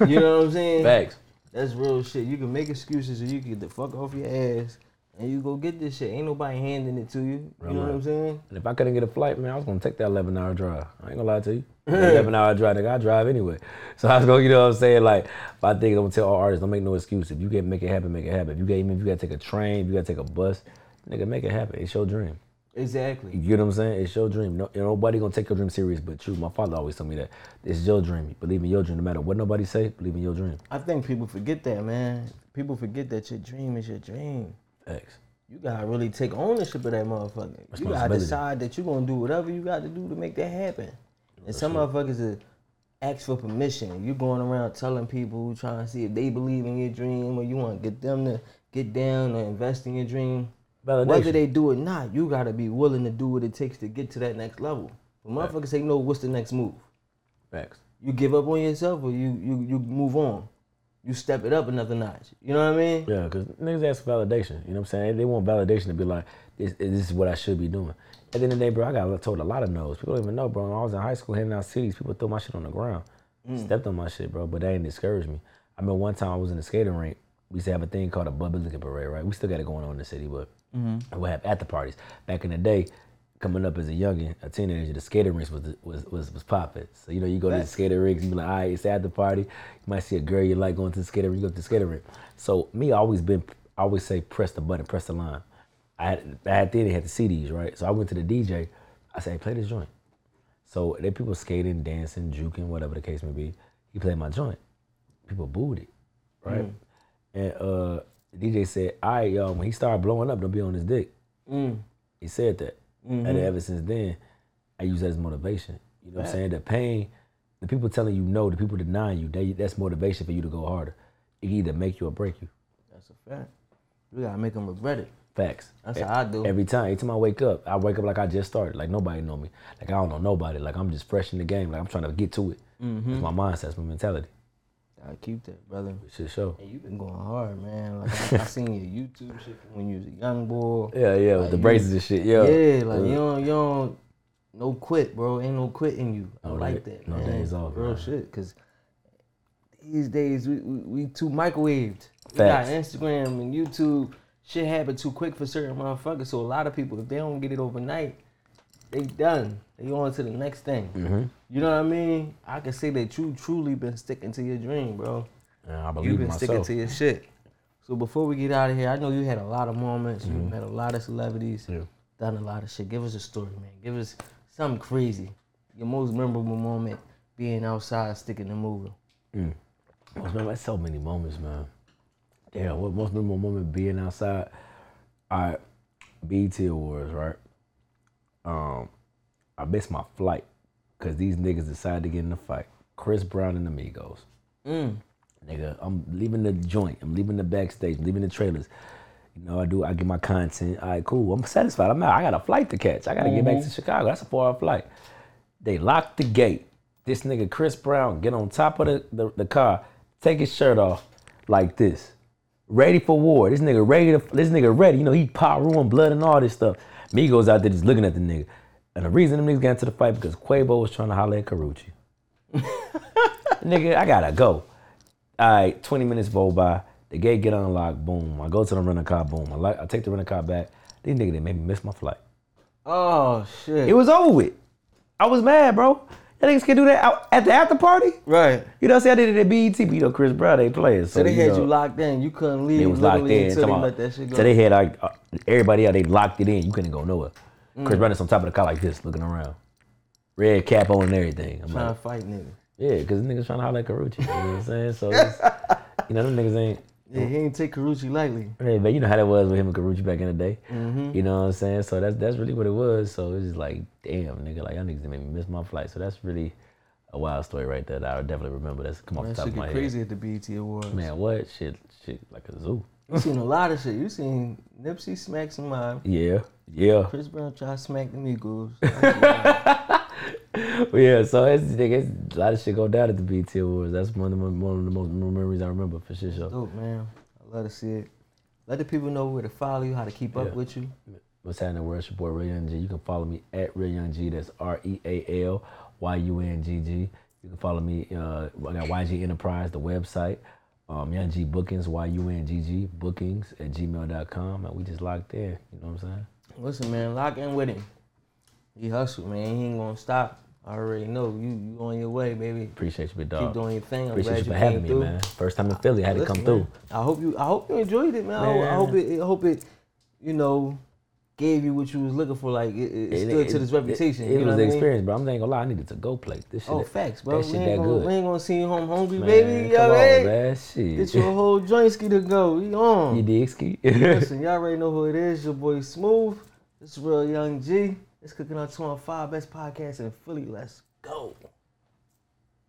Speaker 3: you know what I'm saying?
Speaker 4: Facts.
Speaker 3: That's real shit. You can make excuses or you can get the fuck off your ass and you go get this shit. Ain't nobody handing it to you. You know what I'm saying?
Speaker 4: And if I couldn't get a flight, man, I was gonna take that 11 hour drive. I ain't gonna
Speaker 3: [laughs]
Speaker 4: lie to you. That 11 hour drive, nigga, I drive anyway. [laughs] So I was gonna, you know what I'm saying? Like, my thing, I'm gonna tell all artists, don't make no excuse. If you can make it happen, make it happen. If you got, even if you gotta take a train, if you gotta take a bus, nigga, make it happen. It's your dream.
Speaker 3: Exactly.
Speaker 4: You get what I'm saying? It's your dream. No, ain't nobody gonna take your dream serious but you. My father always told me that. It's your dream. Believe in your dream. No matter what nobody say, believe in your dream.
Speaker 3: I think people forget that, man. People forget that your dream is your dream.
Speaker 4: Facts.
Speaker 3: You gotta really take ownership of that motherfucker. You gotta
Speaker 4: Responsibility.
Speaker 3: decide that you're gonna do whatever you gotta do to make that happen. And some motherfuckers is ask for permission. You going around telling people, trying to see if they believe in your dream or you wanna get them to get down or invest in your dream. Whether
Speaker 4: Validation.
Speaker 3: they do or not, you gotta be willing to do what it takes to get to that next level. But motherfuckers say no, what's the next move?
Speaker 4: Facts.
Speaker 3: You give up on yourself or you you, you move on. You step it up another notch. You know what I mean?
Speaker 4: Yeah, because niggas ask for validation. You know what I'm saying? They want validation to be like, this, this is what I should be doing. At the end of the day, bro, I got told a lot of no's. People don't even know, bro. When I was in high school handing out CDs, people threw my shit on the ground, stepped on my shit, bro. But that didn't discourage me. I mean, one time I was in the skating rink. We used to have a thing called a Bubba Looking Parade, right? We still got it going on in the city, but we have at the parties. Back in the day, coming up as a youngin, a teenager, the skating rinks was was was, was popping. So you know, you go to the skating rinks, you be like, all right, it's at the party. You might see a girl you like going to the skating rink, you go to the skating rink. So me, I always been, I always say, press the button, press the line. I had, I had then they had the CDs, right? So I went to the DJ. I said, hey, play this joint. So there people skating, dancing, juking, whatever the case may be. He played my joint. People booed it, right? And uh, the DJ said, all right, y'all, when he started blowing up, don't be on his dick. He said that.
Speaker 3: Mm-hmm.
Speaker 4: And ever since then, I use that as motivation. You know what I'm saying? The pain, the people telling you no, the people denying you, they, that's motivation for you to go harder. It can either make you or break you.
Speaker 3: That's a fact. You gotta make them regret it.
Speaker 4: Facts. E,
Speaker 3: That's how I do.
Speaker 4: Every time, every time I wake up, I wake up like I just started. Like nobody know me. Like I don't know nobody. Like I'm just fresh in the game. Like I'm trying to get to it.
Speaker 3: Mm-hmm.
Speaker 4: That's my mindset. That's my mentality.
Speaker 3: I keep that, brother.
Speaker 4: It should show.
Speaker 3: Hey, you been going hard, man. Like I, I seen your YouTube shit from when you was a young boy.
Speaker 4: Yeah, yeah. With the braces and shit. Yeah.
Speaker 3: Yeah, like you don't, you don't, no quit, bro. Ain't no quit in you. I
Speaker 4: No
Speaker 3: like
Speaker 4: day-
Speaker 3: that,
Speaker 4: no
Speaker 3: man.
Speaker 4: days off,
Speaker 3: real
Speaker 4: man.
Speaker 3: shit. Cause these days we we, we too microwaved. We got
Speaker 4: Facts.
Speaker 3: Instagram and YouTube. Shit happen too quick for certain motherfuckers. So a lot of people, if they don't get it overnight, they done. They on to the next thing. You know what I mean? I can say that you truly been sticking to your dream, bro.
Speaker 4: And I believe
Speaker 3: You've
Speaker 4: in
Speaker 3: been sticking
Speaker 4: Oh, myself.
Speaker 3: to your shit. So before we get out of here, I know you had a lot of moments. You met a lot of celebrities.
Speaker 4: Mm-hmm. Yeah.
Speaker 3: Done a lot of shit. Give us a story, man. Give us something crazy. Your most memorable moment being outside sticking and moving.
Speaker 4: Most memorable- so many moments, man. Damn, what most memorable moment being outside? All right, BT Awards, right? Um, I missed my flight because these niggas decided to get in a fight. Chris Brown and Amigos. Nigga, I'm leaving the joint. I'm leaving the backstage. I'm leaving the trailers. You know, I do. I get my content. All right, cool. I'm satisfied. I'm out. I got a flight to catch. I got to get back to Chicago. That's a four-hour flight. They locked the gate. This nigga Chris Brown get on top of the, the, the car, take his shirt off like this, ready for war. This nigga ready. To, this nigga ready. You know he pot ruin blood and all this stuff. Me goes out there just looking at the nigga. And the reason them niggas got into the fight because Quavo was trying to holler at Carucci. nigga, I gotta go. All right, 20 minutes go by. The gate get unlocked. Boom. I go to the rental car. Boom. I, like, I take the rental car back. These niggas they made me miss my flight.
Speaker 3: Oh shit.
Speaker 4: It was over with. I was mad, bro. That niggas can do that out at the after party.
Speaker 3: right.
Speaker 4: You know, see, I did it at BET, but you know, Chris Brown, they players. So,
Speaker 3: So they had
Speaker 4: know,
Speaker 3: you locked in. You couldn't leave.
Speaker 4: It was locked
Speaker 3: literally
Speaker 4: in.
Speaker 3: Until they
Speaker 4: Talking
Speaker 3: let that
Speaker 4: about-
Speaker 3: shit go.
Speaker 4: So they had like uh, everybody out. They locked it in. You couldn't go nowhere.
Speaker 3: Mm.
Speaker 4: Chris Brown is on top of the car like this, looking around, red cap on and everything. I'm like,
Speaker 3: trying to fight niggas.
Speaker 4: yeah, because niggas trying to holler at Karuchi. You know what I'm
Speaker 3: [laughs]
Speaker 4: saying? So, it's- you know, them niggas ain't.
Speaker 3: Yeah, he ain't take Carucci lightly.
Speaker 4: Hey, man, you know how that was with him and Karuchi back in the day.
Speaker 3: Mm-hmm.
Speaker 4: You know what I'm saying? So that's that's really what it was. So it's just like, damn, nigga, like y'all niggas made me miss my flight. So that's really a wild story right there that I would definitely remember. That's come off
Speaker 3: That
Speaker 4: the top
Speaker 3: shit
Speaker 4: of my
Speaker 3: get
Speaker 4: head.
Speaker 3: crazy at the BET Awards.
Speaker 4: Man, what shit? Shit like a zoo.
Speaker 3: You seen a lot of shit. You seen Nipsey smack somebody.
Speaker 4: Yeah,
Speaker 3: [laughs]
Speaker 4: yeah,
Speaker 3: Chris Brown try to smack the Migos.
Speaker 4: [laughs] yeah. So it's, nigga, it's a lot of shit go down at the BT Awards. That's one of the mo- one of the most memories I remember for shit show.
Speaker 3: Dope, man. I love to see it. Let the people know where to follow you, how to keep up
Speaker 4: Yeah.
Speaker 3: with you.
Speaker 4: What's happening in the world? It's your boy Ray Young G. You can follow me at Ray Young G. That's R E A L Y U N G G. You can follow me. Uh, I got YG Enterprise, the website. Um, Young G Bookings, Y U N G G Bookings at gmail.com. And we just locked in. You know what I'm saying?
Speaker 3: Listen, man, lock in with him. He hustle, man. He ain't gonna stop. I already know you. You on your way, baby.
Speaker 4: Appreciate you, big dog.
Speaker 3: Keep doing your thing. I'm
Speaker 4: Appreciate
Speaker 3: glad
Speaker 4: you for
Speaker 3: came
Speaker 4: having me,
Speaker 3: through.
Speaker 4: man. First time in Philly, I had to
Speaker 3: Listen,
Speaker 4: come through.
Speaker 3: man, I hope you. I hope you enjoyed it, man. I hope- I,
Speaker 4: Man.
Speaker 3: hope it. I hope it. You know, gave you what you was looking for. Like it, it, stood to this reputation.
Speaker 4: It,
Speaker 3: you
Speaker 4: was
Speaker 3: know
Speaker 4: the
Speaker 3: what I mean?
Speaker 4: experience, bro. I'm not gonna lie, I needed to go play this shit.
Speaker 3: Oh,
Speaker 4: that-
Speaker 3: facts, bro.
Speaker 4: That shit
Speaker 3: we,
Speaker 4: that
Speaker 3: ain't gonna,
Speaker 4: good.
Speaker 3: we ain't gonna see you home hungry,
Speaker 4: Man,
Speaker 3: baby. You
Speaker 4: come on,
Speaker 3: alright?
Speaker 4: man. Shit.
Speaker 3: Get your whole joint ski to go. We on.
Speaker 4: [laughs] you dig ski?
Speaker 3: Listen, y'all already know who it is. Your boy Smooth. It's real young G. It's cooking on 215, best podcast in Philly. Let's go.